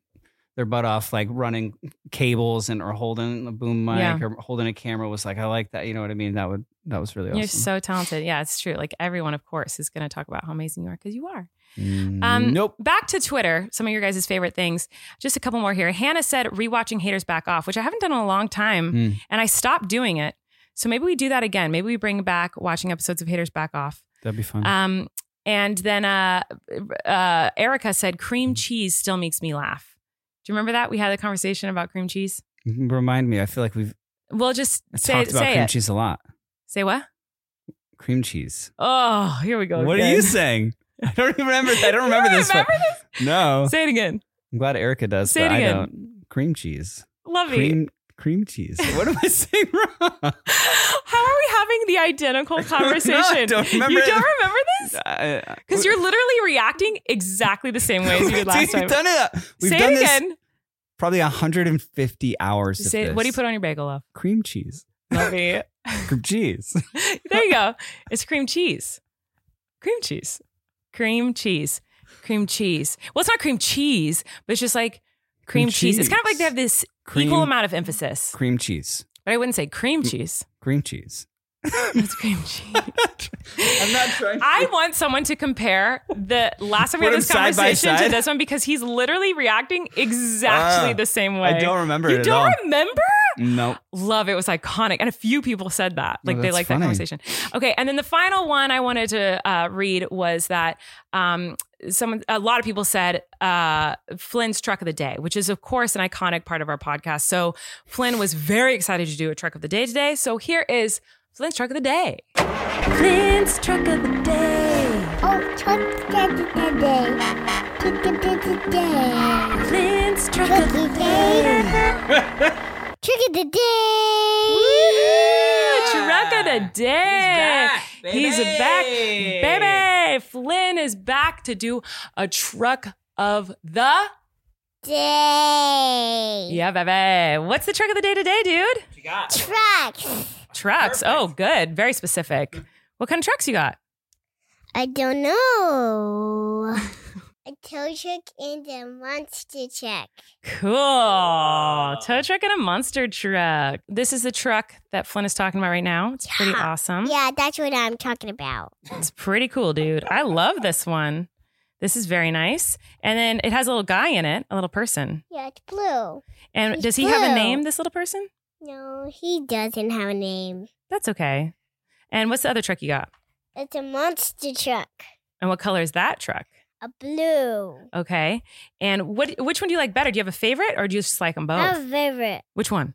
Speaker 3: their butt off like running cables and or holding a boom mic
Speaker 2: Yeah.
Speaker 3: or holding a camera was like i like that you know what i mean that would that was really awesome
Speaker 2: You're so talented. Yeah, it's true. Like everyone, of course, is going to talk about how amazing you are because you are.
Speaker 3: Mm,
Speaker 2: Um,
Speaker 3: nope
Speaker 2: Back to Twitter, some of your guys' favorite things. Just a couple more here. Hannah said rewatching Haters Back Off, which I haven't done in a long time,
Speaker 3: Mm.
Speaker 2: and I stopped doing it. So maybe we do that again. Maybe we bring back watching episodes of Haters Back Off.
Speaker 3: that'd be fun
Speaker 2: Um, and then uh, uh, Erica said
Speaker 3: Hmm.
Speaker 2: cream cheese still makes me laugh. Do you remember that? We had a conversation about cream cheese.
Speaker 3: Mm-hmm. remind me i feel like we've
Speaker 2: Well, just say,
Speaker 3: talked about
Speaker 2: say
Speaker 3: cream
Speaker 2: it.
Speaker 3: cheese a lot
Speaker 2: Say what?
Speaker 3: cream cheese
Speaker 2: Oh, here we go.
Speaker 3: what are
Speaker 2: again.
Speaker 3: you saying i don't remember i don't remember this
Speaker 2: remember
Speaker 3: one. no
Speaker 2: Say it again.
Speaker 3: i'm glad erica does
Speaker 2: Say it
Speaker 3: but
Speaker 2: again.
Speaker 3: i don't cream cheese
Speaker 2: Love you.
Speaker 3: cream cream cheese what am i saying
Speaker 2: Uh,
Speaker 3: wrong
Speaker 2: How are we having the identical conversation?
Speaker 3: No, I don't remember
Speaker 2: you
Speaker 3: it.
Speaker 2: don't remember this? Because
Speaker 3: Because
Speaker 2: you're literally reacting exactly the same way as you did last time.
Speaker 3: We've done it. We've
Speaker 2: Say
Speaker 3: done
Speaker 2: it
Speaker 3: this
Speaker 2: again.
Speaker 3: probably 150 hours. of
Speaker 2: Say,
Speaker 3: this.
Speaker 2: what do you put on your bagel, love?
Speaker 3: Cream cheese.
Speaker 2: Lovey.
Speaker 3: Cream cheese.
Speaker 2: there you go. It's cream cheese. Cream cheese. Cream cheese. Cream cheese. Well, it's not cream cheese, but it's just like cream,
Speaker 3: Cream
Speaker 2: cheese. It's kind of like
Speaker 3: cheese.
Speaker 2: they have this
Speaker 3: Cream- Mm.
Speaker 2: equal amount of emphasis.
Speaker 3: cream cheese.
Speaker 2: But I wouldn't say cream cheese.
Speaker 3: Cream cheese.
Speaker 2: It's cream cheese.
Speaker 3: I'm not trying.
Speaker 2: I want someone to compare the last time we
Speaker 3: Put
Speaker 2: had
Speaker 3: them
Speaker 2: this
Speaker 3: side by
Speaker 2: conversation to
Speaker 3: side?
Speaker 2: this one because he's literally reacting exactly
Speaker 3: Ah,
Speaker 2: the same way.
Speaker 3: I don't remember
Speaker 2: You
Speaker 3: it
Speaker 2: don't
Speaker 3: at all.
Speaker 2: remember?
Speaker 3: No.
Speaker 2: Love it was iconic, and a few people said that like they
Speaker 3: Oh, that's
Speaker 2: like that
Speaker 3: funny.
Speaker 2: conversation. Okay, and then the final one I wanted to uh, read was that um, someone, a lot of people said uh, Flynn's truck of the day, which is of course an iconic part of our podcast. So Flynn was very excited to do a truck of the day today. So here is Flynn's truck of the day.
Speaker 4: Clint's truck of the day.
Speaker 6: Oh, truck today. Truck today.
Speaker 4: Clint's truck
Speaker 6: Truck
Speaker 4: of the day.
Speaker 6: today. Truck of the
Speaker 2: Woo!
Speaker 6: day.
Speaker 2: Truck of the day. He's back, baby. Flynn is back to do a truck of the.
Speaker 6: Day.
Speaker 2: Yeah, baby. What's the truck of the day today, dude?
Speaker 6: Trucks.
Speaker 2: Trucks. Oh, good. Very specific. What kind of trucks you got?
Speaker 6: I don't know. A tow truck and a monster truck.
Speaker 2: Cool. Tow truck and a monster truck. This is the truck that Flynn is talking about right now. It's pretty
Speaker 6: Yeah.
Speaker 2: awesome.
Speaker 6: Yeah, that's what I'm talking about.
Speaker 2: It's pretty cool, dude. I love this one. This is very nice. And then it has a little guy in it, a little person.
Speaker 6: Yeah, it's blue.
Speaker 2: And
Speaker 6: He's
Speaker 2: does he have a
Speaker 6: blue.
Speaker 2: name, this little person?
Speaker 6: No, he doesn't have a name.
Speaker 2: That's okay. And what's the other truck you got?
Speaker 6: It's a monster truck.
Speaker 2: And what color is that truck?
Speaker 6: A blue.
Speaker 2: Okay. And what which one do you like better? Do you have a favorite or do you just like them both?
Speaker 6: My favorite.
Speaker 2: which one?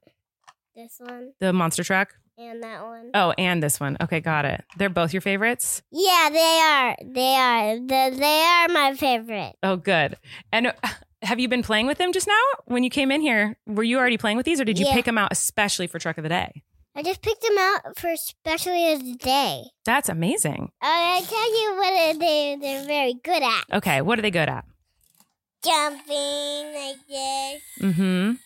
Speaker 6: This one
Speaker 2: The monster truck?
Speaker 6: and that one.
Speaker 2: Oh, and this one. Okay, got it. They're both your favorites?
Speaker 6: Yeah, they are. They are. The, they are my favorite.
Speaker 2: Oh, good. And uh, have you been playing with them just now? When you came in here, were you already playing with these or did you
Speaker 6: Yeah.
Speaker 2: pick them out especially for truck of the day?
Speaker 6: I just picked them out for especially as a day.
Speaker 2: That's amazing.
Speaker 6: I tell you what they they're very good at.
Speaker 2: Okay, what are they good at?
Speaker 6: Jumping like this.
Speaker 2: Mhm.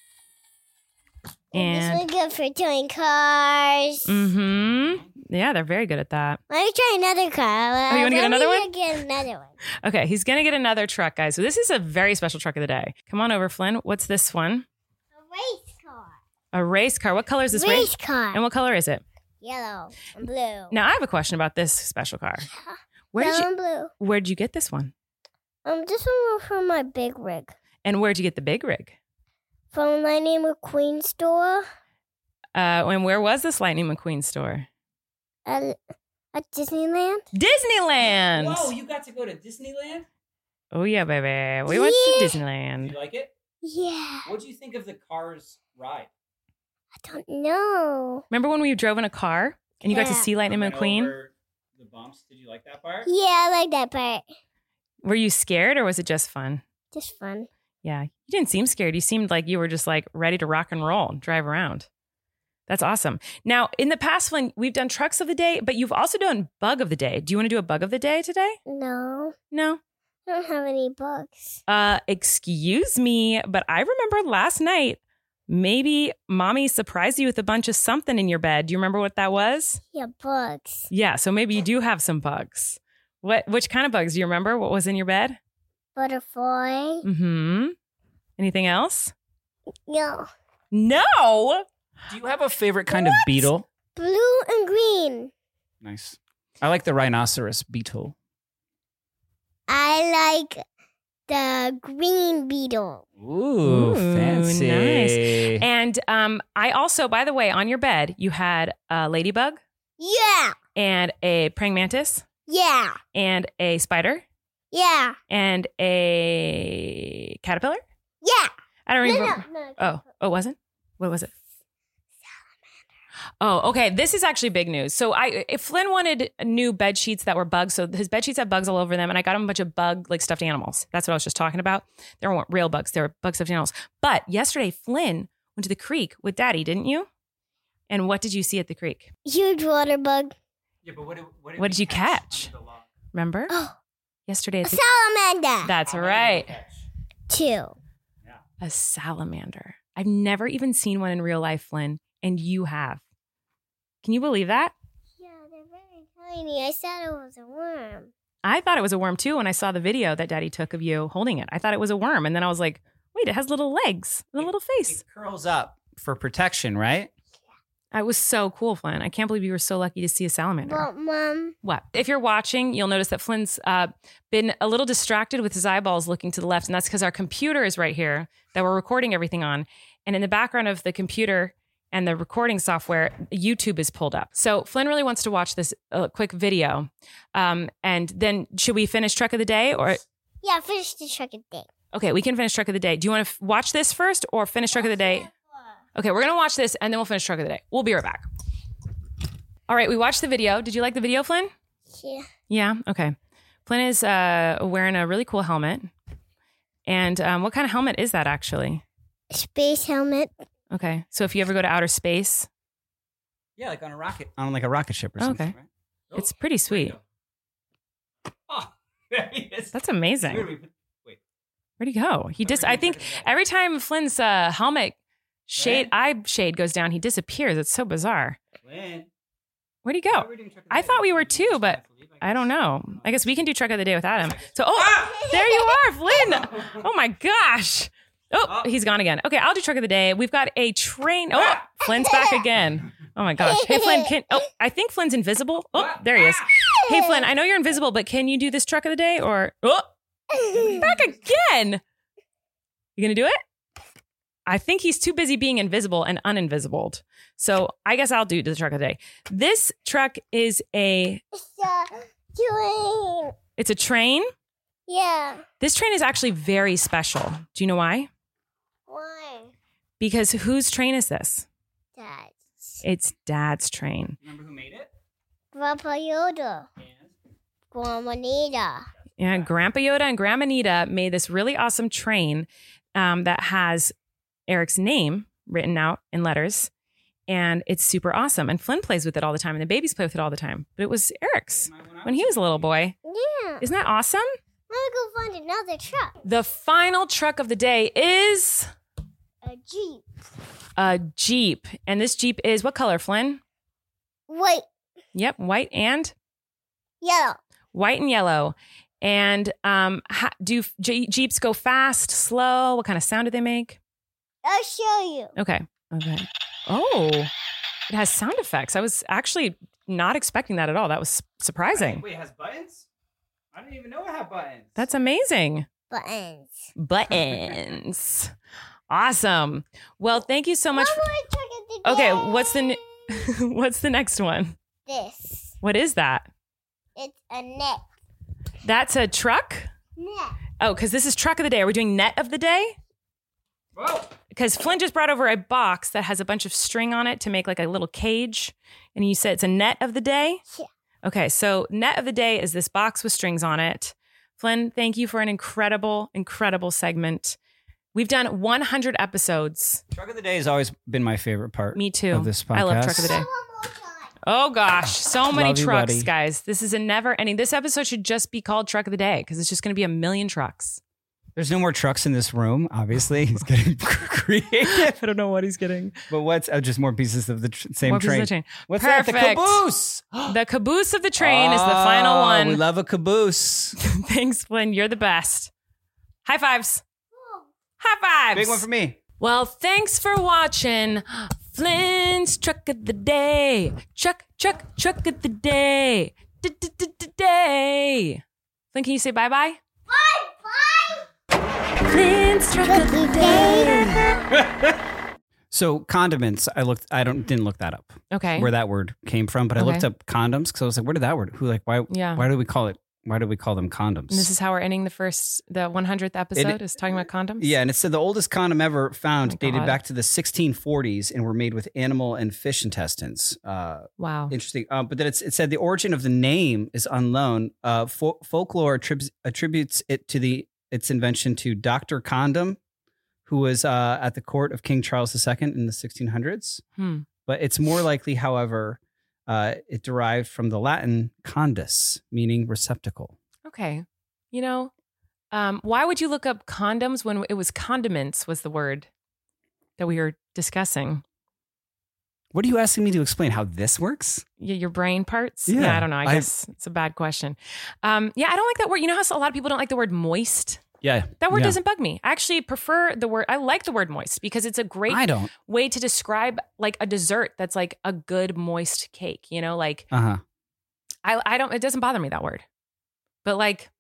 Speaker 6: this
Speaker 2: And Mm.
Speaker 6: one's good for towing cars.
Speaker 2: mhm. Yeah, they're very good at that.
Speaker 6: Let me try another car.
Speaker 2: Oh, you wanna get
Speaker 6: Let
Speaker 2: another
Speaker 6: me
Speaker 2: one?
Speaker 6: Get another one.
Speaker 2: Okay, he's gonna get another truck, guys. So this is a very special truck of the day. Come on over, Flynn. What's this one?
Speaker 6: A race car.
Speaker 2: A race car. What color is this
Speaker 6: race,
Speaker 2: race?
Speaker 6: car.
Speaker 2: And what color is it?
Speaker 6: Yellow and blue.
Speaker 2: Now I have a question about this special car. Where
Speaker 6: Yellow
Speaker 2: did you
Speaker 6: and blue.
Speaker 2: where did you get this one?
Speaker 6: Um, this one was from my big rig.
Speaker 2: And where would you get the big rig?
Speaker 6: From Lightning McQueen store
Speaker 2: Uh, and where was this Lightning McQueen store?
Speaker 6: at, at Disneyland.
Speaker 2: Disneyland.
Speaker 7: Whoa, you got to go to Disneyland?
Speaker 2: Oh yeah, baby. We went to
Speaker 7: Did
Speaker 2: Disneyland.
Speaker 7: you like it?
Speaker 6: Yeah.
Speaker 7: What do you think of the Cars ride?
Speaker 6: I don't know.
Speaker 2: Remember when we drove in a car and you got to
Speaker 6: Yeah.
Speaker 2: see Lightning
Speaker 7: Went
Speaker 2: McQueen?
Speaker 7: over The bumps. Did you like that part?
Speaker 6: Yeah, I like that part.
Speaker 2: Were you scared or was it just fun?
Speaker 6: Just fun.
Speaker 2: Yeah. You didn't seem scared. You seemed like you were just like ready to rock and roll and drive around. That's awesome. Now, in the past one, we've done trucks of the day, but you've also done bug of the day. Do you want to do a bug of the day today?
Speaker 6: No,
Speaker 2: No.
Speaker 6: I don't have any books.
Speaker 2: Uh, excuse me, but I remember last night, maybe mommy surprised you with a bunch of something in your bed. Do you remember what that was?
Speaker 6: Yeah, books.
Speaker 2: Yeah, so maybe you do have some bugs. What which kind of bugs do you remember? What was in your bed?
Speaker 6: Butterfly.
Speaker 2: Mm-hmm. Anything else?
Speaker 6: No.
Speaker 2: No.
Speaker 3: Do you have a favorite kind of beetle?
Speaker 6: Blue and green.
Speaker 3: Nice. I like the rhinoceros beetle.
Speaker 6: I like the green beetle.
Speaker 3: Ooh,
Speaker 2: Ooh,
Speaker 3: fancy.
Speaker 2: nice. And um, I also, by the way, on your bed, you had a ladybug
Speaker 6: Yeah.
Speaker 2: and a praying mantis
Speaker 6: Yeah.
Speaker 2: and a spider
Speaker 6: Yeah.
Speaker 2: and a caterpillar.
Speaker 6: Yeah.
Speaker 2: I don't
Speaker 6: No,
Speaker 2: remember.
Speaker 6: no, no.
Speaker 2: Oh, oh, it wasn't? What was it? Oh, okay. This is actually big news. So I if Flynn wanted new bed sheets that were bugs, so his bed sheets have bugs all over them, and I got him a bunch of bug like stuffed animals. That's what I was just talking about. There weren't real bugs, they were bug stuffed animals. But yesterday Flynn went to the creek with Daddy, didn't you? And what did you see at the creek?
Speaker 6: Huge water bug.
Speaker 7: Yeah, but what did, what
Speaker 2: What
Speaker 7: we
Speaker 2: did you catch?
Speaker 7: under the log?
Speaker 2: Remember?
Speaker 6: Oh,
Speaker 2: Yesterday
Speaker 6: a
Speaker 2: at the
Speaker 6: salamander.
Speaker 2: That's
Speaker 7: How many did
Speaker 2: right.
Speaker 7: you catch?
Speaker 6: Two.
Speaker 2: A salamander. I've never even seen one in real life, Flynn, and you have. Can you believe that?
Speaker 6: Yeah, they're very tiny. I said it was a worm.
Speaker 2: I thought it was a worm too when I saw the video that Daddy took of you holding it. I thought it was a worm, and then I was like, "Wait, it has little legs, and a little face."
Speaker 3: It curls up for protection, right?
Speaker 2: I was so cool, Flynn. I can't believe you were so lucky to see a salamander.
Speaker 6: But mom,
Speaker 2: what? If you're watching, you'll notice that Flynn's uh, been a little distracted with his eyeballs looking to the left, and that's because our computer is right here that we're recording everything on. And in the background of the computer and the recording software, YouTube is pulled up. So Flynn really wants to watch this uh, quick video. Um, and then should we finish Trek of the Day or
Speaker 6: yeah, finish the truck and thing.
Speaker 2: Okay, we can finish truck of the day. Do you want to f- watch this first or finish truck of the day? Okay, we're gonna watch this and then we'll finish truck of the day. We'll be right back. All right, we watched the video. Did you like the video, Flynn?
Speaker 6: Yeah.
Speaker 2: Yeah. Okay. Flynn is uh, wearing a really cool helmet. And um, what kind of helmet is that actually?
Speaker 6: Space helmet.
Speaker 2: Okay, so if you ever go to outer space,
Speaker 7: Yeah, like on a rocket.
Speaker 3: On like a rocket ship or
Speaker 2: Oh,
Speaker 3: something.
Speaker 2: okay.
Speaker 3: right?
Speaker 7: Oh,
Speaker 2: it's pretty sweet.
Speaker 7: Oh, there he is.
Speaker 2: That's amazing.
Speaker 7: Where do we put- wait,
Speaker 2: Where'd he go? He
Speaker 7: where
Speaker 2: just.
Speaker 7: did
Speaker 2: I
Speaker 7: we
Speaker 2: think
Speaker 7: put it at?
Speaker 2: every time Flynn's uh, helmet shade
Speaker 7: Right?
Speaker 2: eye shade goes down, he disappears. It's so bizarre.
Speaker 7: Lynn,
Speaker 2: Where'd he
Speaker 7: why
Speaker 2: go?
Speaker 7: were we doing Truck of the
Speaker 2: I
Speaker 7: Day?
Speaker 2: thought we were
Speaker 7: You
Speaker 2: too,
Speaker 7: just
Speaker 2: but
Speaker 7: have to leave,
Speaker 2: I don't
Speaker 7: guess.
Speaker 2: know. I guess we can do truck of the day without him. So, oh,
Speaker 7: Ah!
Speaker 2: there you are, Flynn. Oh my gosh. Oh,
Speaker 7: Oh.
Speaker 2: he's gone again. Okay, I'll do truck of the day. We've got a train. Oh,
Speaker 7: Ah!
Speaker 2: Flynn's back again. Oh my gosh. Hey, Flynn, can, oh, I think Flynn's invisible. Oh,
Speaker 7: Ah!
Speaker 2: there he is. Hey, Flynn, I know you're invisible, but can you do this truck of the day or, oh, back again? You gonna do it? I think he's too busy being invisible and uninvisibled. So I guess I'll do the truck of the day. This truck is a,
Speaker 6: It's a train.
Speaker 2: it's a train.
Speaker 6: Yeah.
Speaker 2: This train is actually very special. Do you know why?
Speaker 6: Why?
Speaker 2: Because whose train is this?
Speaker 6: That.
Speaker 2: It's dad's train.
Speaker 7: Remember who made it?
Speaker 6: Grandpa Yoda. Grandma Nita.
Speaker 2: And Grandpa Yoda and Grandma Nita made this really awesome train um, that has Eric's name written out in letters. And it's super awesome. And Flynn plays with it all the time, and the babies play with it all the time. But it was Eric's when he was a little boy.
Speaker 6: Yeah.
Speaker 2: Isn't that awesome?
Speaker 6: Let me go find another truck.
Speaker 2: The final truck of the day is
Speaker 6: A jeep.
Speaker 2: a Jeep. And this Jeep is what color, Flynn?
Speaker 6: Wait.
Speaker 2: Yep, white and
Speaker 6: Yellow.
Speaker 2: white and yellow. And um, ha- do je- jeeps go fast, slow? What kind of sound do they make?
Speaker 6: I'll show you.
Speaker 2: Okay. Okay. Oh, it has sound effects. I was actually not expecting that at all. That was su- surprising.
Speaker 3: Wait, it has buttons? I didn't even know it had buttons.
Speaker 2: That's amazing.
Speaker 6: Buttons.
Speaker 2: Buttons. awesome. Well, thank you so much.
Speaker 6: One more trick of the
Speaker 2: Okay,
Speaker 6: day.
Speaker 2: what's the ne- For- What's the next one?
Speaker 6: this?
Speaker 2: What is that?
Speaker 6: It's a net.
Speaker 2: That's a truck.
Speaker 6: Net.
Speaker 2: Oh, because this is truck of the day. Are we doing net of the day?
Speaker 3: Whoa!
Speaker 2: because Flynn just brought over a box that has a bunch of string on it to make like a little cage. And you said it's a net of the day?
Speaker 6: Yeah.
Speaker 2: Okay, so net of the day is this box with strings on it. Flynn, thank you for an incredible, incredible segment. We've done 100 episodes.
Speaker 3: Truck of the day has always been my favorite part.
Speaker 2: Me too.
Speaker 3: Of this
Speaker 2: I love
Speaker 3: podcast.
Speaker 2: Truck of the Day.
Speaker 6: One more time.
Speaker 2: Oh gosh, so many
Speaker 3: Love you,
Speaker 2: trucks,
Speaker 3: buddy.
Speaker 2: guys. This is a never ending. This episode should just be called Truck of the Day because it's just going to be a million trucks.
Speaker 3: There's no more trucks in this room. Obviously, he's getting creative.
Speaker 2: I don't know what he's getting.
Speaker 3: But what's oh, just more pieces of the tr- same
Speaker 2: What was
Speaker 3: train?
Speaker 2: the train?
Speaker 3: What's that?
Speaker 2: Perfect.
Speaker 3: The caboose.
Speaker 2: The caboose of the train is the final
Speaker 3: Oh,
Speaker 2: one.
Speaker 3: We love a caboose.
Speaker 2: Thanks, Flynn. You're the best. High fives. High fives.
Speaker 3: Big one for me.
Speaker 2: Well, thanks for watching Flynn's Truck of the Day. Truck, truck, truck of the day. Day. Flynn, can you say bye bye? Bye bye. Flynn's Truck of the Day.
Speaker 3: So condiments. I looked. I don't didn't look that up
Speaker 2: Okay.
Speaker 3: where that word came from, but I looked
Speaker 2: Okay.
Speaker 3: up condoms because I was like, where did that word? Who like why?
Speaker 2: Yeah.
Speaker 3: Why do we call it? Why do we call them condoms?
Speaker 2: And this is how we're ending the first, the 100th episode is talking about condoms.
Speaker 3: Yeah, and it said the oldest condom ever found
Speaker 2: Oh my
Speaker 3: dated
Speaker 2: God.
Speaker 3: back to the 1640s and were made with animal and fish intestines. Uh,
Speaker 2: Wow.
Speaker 3: interesting. Um, but then it's, it said the origin of the name is unknown. Uh, fol- folklore attrib- attributes it to the its invention to Doctor Condom, who was uh, at the court of King Charles II in the 1600s.
Speaker 2: Hmm.
Speaker 3: But it's more likely, however, uh, it derived from the Latin condus, meaning receptacle.
Speaker 2: Okay. You know, um, why would you look up condoms when it was condiments was the word that we were discussing?
Speaker 3: What are you asking me to explain how this works?
Speaker 2: Y- Your brain parts?
Speaker 3: Yeah,
Speaker 2: I don't know. I
Speaker 3: I-
Speaker 2: guess it's a bad question. Um, yeah, I don't like that word. You know how a lot of people don't like the word moist?
Speaker 3: Yeah,
Speaker 2: That word
Speaker 3: Yeah.
Speaker 2: doesn't bug me. I actually prefer the word, I like the word moist because it's a great
Speaker 3: I don't.
Speaker 2: way to describe like a dessert that's like a good moist cake, you know? Like,
Speaker 3: Uh huh.
Speaker 2: I, I don't, it doesn't bother me that word. But like,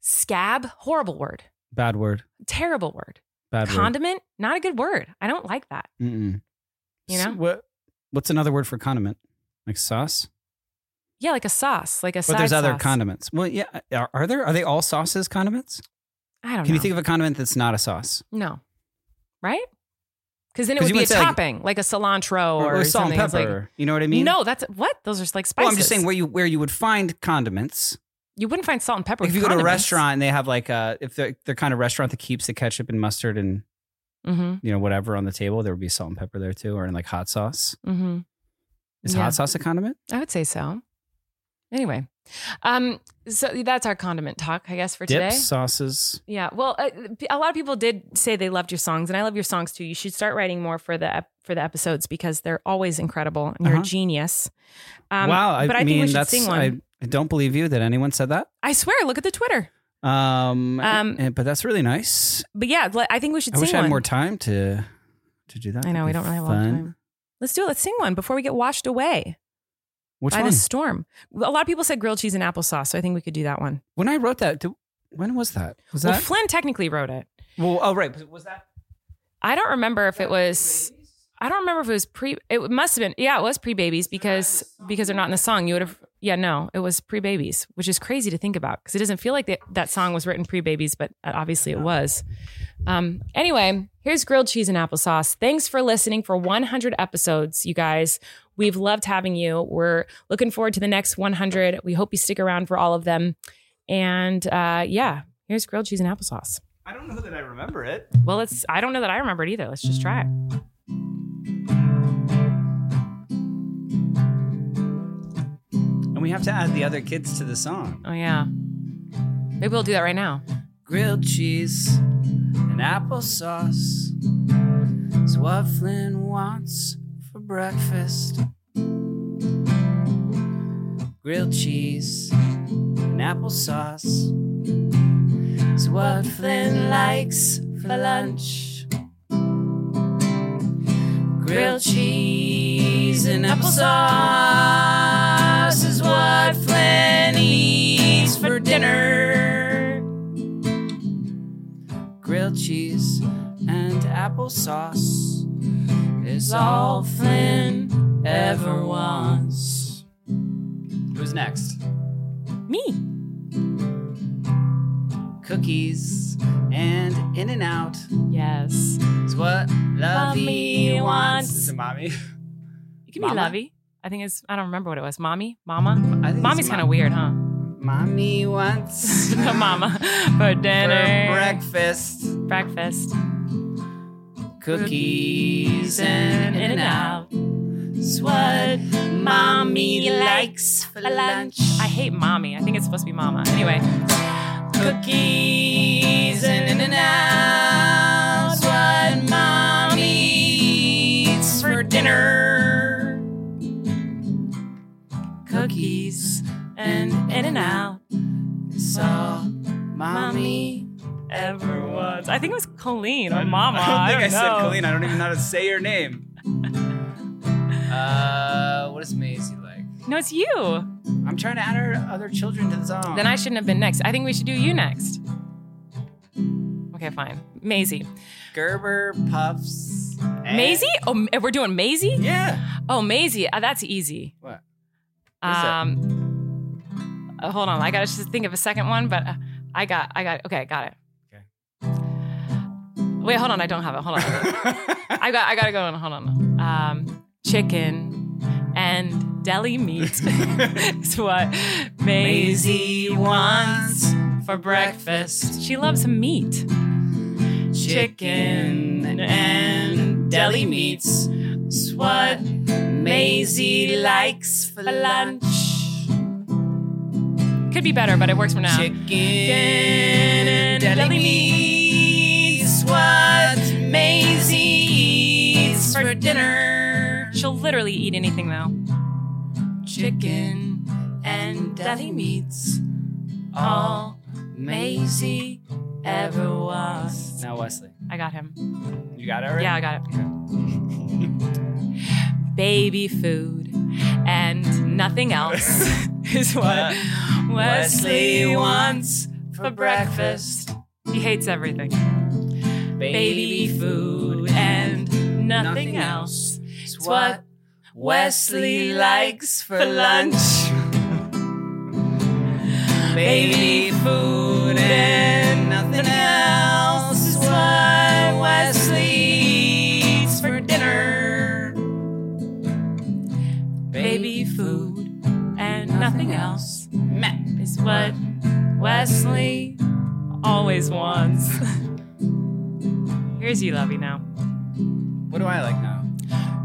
Speaker 2: scab, horrible word,
Speaker 3: Bad word.
Speaker 2: terrible word.
Speaker 3: Bad word.
Speaker 2: condiment not a good word i don't like that
Speaker 3: Mm-mm.
Speaker 2: you
Speaker 3: S-
Speaker 2: know
Speaker 3: what? What's another word for condiment? Like sauce?
Speaker 2: yeah like a sauce like a
Speaker 3: but
Speaker 2: side
Speaker 3: there's other
Speaker 2: sauce.
Speaker 3: condiments. Well, yeah. Are, are there? Are they all sauces condiments?
Speaker 2: i don't
Speaker 3: Can
Speaker 2: know
Speaker 3: you think of a condiment that's not a sauce?
Speaker 2: no right because then it would
Speaker 3: 'Cause you
Speaker 2: be a
Speaker 3: wouldn't say, like-
Speaker 2: topping like, a cilantro or,
Speaker 3: or, salt and
Speaker 2: something It's like-
Speaker 3: pepper? you know what I mean?
Speaker 2: no that's what those are like spices
Speaker 3: Well, I'm just saying where you where you would find condiments.
Speaker 2: you wouldn't find salt and pepper
Speaker 3: Like if
Speaker 2: with
Speaker 3: you go to a
Speaker 2: condiments.
Speaker 3: restaurant and they have like uh if they're, they're kind of restaurant that keeps the ketchup and mustard and
Speaker 2: mm-hmm
Speaker 3: you know whatever on the table, there would be salt and pepper there too, or in like hot sauce.
Speaker 2: mm-hmm
Speaker 3: Is
Speaker 2: Yeah.
Speaker 3: hot sauce a condiment?
Speaker 2: i would say so anyway um so that's our condiment talk i guess for today
Speaker 3: Dips, sauces.
Speaker 2: Yeah. Well, uh, a lot of people did say they loved your songs, and I love your songs too. You should start writing more for the ep- for the episodes because they're always incredible, and you're
Speaker 3: Uh-huh.
Speaker 2: a genius. Um,
Speaker 3: wow, I
Speaker 2: but I,
Speaker 3: mean
Speaker 2: think we should
Speaker 3: that's
Speaker 2: sing
Speaker 3: I,
Speaker 2: one.
Speaker 3: I don't believe you that anyone said that.
Speaker 2: I, swear, look at the Twitter.
Speaker 3: Um,
Speaker 2: Um,
Speaker 3: and- but that's really nice.
Speaker 2: But yeah, le- I think we should
Speaker 3: I
Speaker 2: sing
Speaker 3: wish I had
Speaker 2: one.
Speaker 3: more time to to do that.
Speaker 2: I know
Speaker 3: That'd
Speaker 2: we
Speaker 3: be
Speaker 2: don't really have a lot
Speaker 3: fun.
Speaker 2: of time. Let's do it. Let's sing one before we get washed away
Speaker 3: Which
Speaker 2: by
Speaker 3: one?
Speaker 2: the storm. A lot of people said grilled cheese and applesauce, so I think we could do that one.
Speaker 3: When I wrote that, do, when was that? Was
Speaker 2: well,
Speaker 3: that?
Speaker 2: Flynn technically wrote it.
Speaker 3: well, oh right, was that?
Speaker 2: I don't remember if it was. I don't remember if it was pre. It must have been. Yeah, it was pre babies because because they're not in the song. You would have. Yeah, no, it was pre babies, which is crazy to think about because it doesn't feel like that that song was written pre babies, but obviously it was. Um. Anyway, here's grilled cheese and applesauce. Thanks for listening for 100 episodes, you guys. We've loved having you. We're looking forward to the next 100. We hope you stick around for all of them. And uh, yeah, here's grilled cheese and applesauce.
Speaker 3: I don't know that I remember it.
Speaker 2: Well, let's. I don't know that I remember it either. Let's just try it.
Speaker 3: And we have to add the other kids to the song.
Speaker 2: Oh yeah. Maybe we'll do that right now.
Speaker 3: Grilled cheese and applesauce is what Flynn wants for breakfast.
Speaker 7: grilled cheese, and applesauce. It's what Flynn likes for lunch. Grilled cheese and applesauce is what Flynn eats for dinner. Grilled cheese and applesauce is all Flynn ever wants. Who's next?
Speaker 2: Me.
Speaker 7: Cookies and In and Out
Speaker 2: Yes.
Speaker 7: is what Lovey
Speaker 2: Lovey
Speaker 7: wants.
Speaker 2: wants.
Speaker 7: Is it mommy?
Speaker 2: You can
Speaker 7: Mama?
Speaker 2: be lovey. I think it's, I don't remember what it was. Mommy? Mama?
Speaker 7: I think it's
Speaker 2: Mommy's kind of
Speaker 7: mom-
Speaker 2: weird, huh?
Speaker 7: Mommy wants
Speaker 2: the mama for
Speaker 7: for
Speaker 2: dinner.
Speaker 7: breakfast.
Speaker 2: breakfast.
Speaker 7: Cookies and in and out. It's what mommy likes for lunch.
Speaker 2: I hate mommy. I think it's supposed to be mama. Anyway,
Speaker 7: cookies and in and out. It's what mommy eats for dinner. Cookies and in and out. It's all mommy ever wants.
Speaker 2: I think it was Colleen or mama.
Speaker 7: I don't think I,
Speaker 2: Oh, don't know.
Speaker 7: said Colleen. I don't even know how to say your name. uh, what is Maisie like?
Speaker 2: No, it's you.
Speaker 7: I'm trying to add her other children to the song.
Speaker 2: Then I shouldn't have been next. I think we should do you next. Okay, fine. Maisie.
Speaker 7: Gerber puffs. and-
Speaker 2: Maisie? Oh, M- we're doing Maisie?
Speaker 7: Yeah.
Speaker 2: Oh, Maisie. Uh, that's easy.
Speaker 7: What? What is that?
Speaker 2: Um, uh, hold on. I gotta just think of a second one, but uh, I got, I got, okay, I got it. Okay. Wait, hold on. I don't have it. Hold on. I got, I gotta go on. Hold on. Um, chicken and deli meat is what Maisie
Speaker 7: Maisie wants
Speaker 2: for breakfast. She loves meat.
Speaker 7: chicken and deli meats. It's what Maisie likes for lunch.
Speaker 2: Could be better, but it works for now.
Speaker 7: Chicken and deli meats. What Maisie eats for dinner.
Speaker 2: She'll literally eat anything though.
Speaker 7: Chicken and deli meats. All Maisie ever was. Now Wesley,
Speaker 2: I got him.
Speaker 7: you got it already.
Speaker 2: Yeah, I got it. Baby food and nothing else is what Wesley wants for breakfast. He hates everything. Baby food and nothing else.
Speaker 7: It's
Speaker 2: what Wesley likes for lunch.
Speaker 7: Baby food and nothing else is what Wesley eats for dinner.
Speaker 2: Baby food and nothing else
Speaker 7: Meh.
Speaker 2: is what Wesley always wants. Here's you, Lovey, now.
Speaker 7: What do I like now?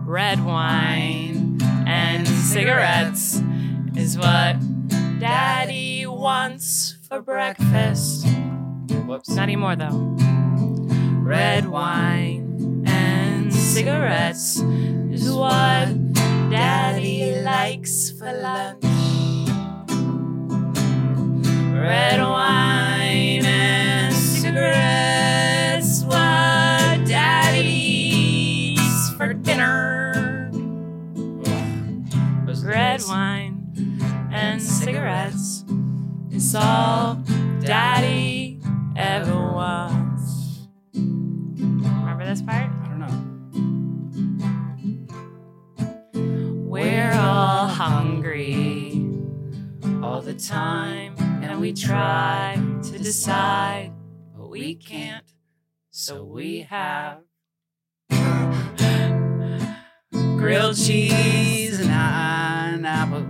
Speaker 2: Red wine and cigarettes is what Daddy wants for breakfast.
Speaker 7: Whoops.
Speaker 2: Not anymore, though. Red wine and cigarettes is what Daddy likes for lunch.
Speaker 7: Red wine and cigarettes, what daddy eats for dinner.
Speaker 2: Red wine and cigarettes is all Daddy ever wants. Remember this part?
Speaker 7: I don't know.
Speaker 2: We're all hungry all the time, and we try to decide, but we can't, so we have.
Speaker 7: Grilled cheese and an apple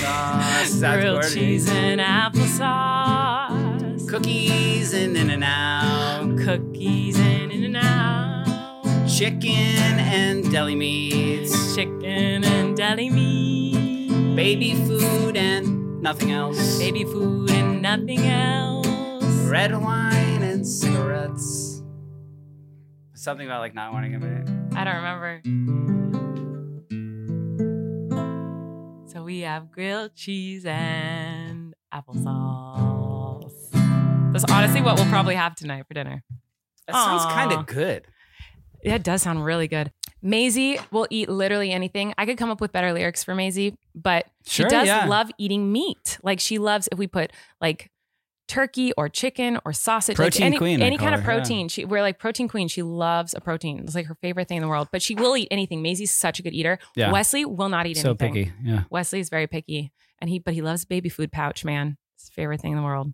Speaker 7: sauce. That's
Speaker 2: grilled
Speaker 7: what it
Speaker 2: cheese
Speaker 7: is.
Speaker 2: and applesauce,
Speaker 7: Cookies and in and out.
Speaker 2: cookies and in and out,
Speaker 7: Chicken and deli meats.
Speaker 2: chicken and deli meat,
Speaker 7: Baby food and nothing else.
Speaker 2: baby food and nothing else.
Speaker 7: Red wine and cigarettes. Something about like not wanting a minute.
Speaker 2: I don't remember. So we have grilled cheese and applesauce. That's honestly what we'll probably have tonight for dinner.
Speaker 7: That sounds kind
Speaker 2: Aw.
Speaker 7: of good.
Speaker 2: Yeah, it does sound really good. Maisie will eat literally anything. I could come up with better lyrics for Maisie, but
Speaker 7: Sure,
Speaker 2: she does
Speaker 7: yeah.
Speaker 2: love eating meat. Like she loves if we put like turkey or chicken or sausage, like
Speaker 7: Protein
Speaker 2: any,
Speaker 7: queen, I
Speaker 2: any
Speaker 7: call
Speaker 2: kind of
Speaker 7: her, yeah.
Speaker 2: protein. She we're like protein queen. She loves a protein. It's like her favorite thing in the world. But she will eat anything. Maisie's such a good eater.
Speaker 7: Yeah.
Speaker 2: Wesley will not eat
Speaker 7: So
Speaker 2: anything.
Speaker 7: picky. Yeah.
Speaker 2: Wesley is very picky, and he but he loves baby food pouch, man. It's his favorite thing in the world.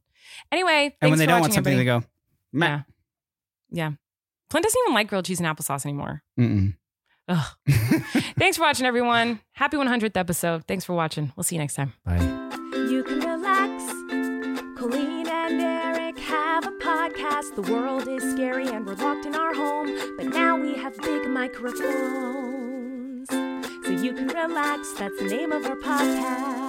Speaker 2: Anyway,
Speaker 7: And when
Speaker 2: thanks
Speaker 7: they
Speaker 2: for
Speaker 7: don't
Speaker 2: watching,
Speaker 7: want something,
Speaker 2: everybody.
Speaker 7: they go, meh.
Speaker 2: yeah, yeah. Clint doesn't even like grilled cheese and applesauce anymore.
Speaker 7: Mm-mm.
Speaker 2: Ugh. Thanks for watching, everyone. Happy 100th episode. Thanks for watching. We'll see you next time.
Speaker 7: Bye.
Speaker 4: You can relax. Colleen and Eric have a podcast. The world is scary and we're locked in our home. But now we have big microphones. So you can relax. That's the name of our podcast.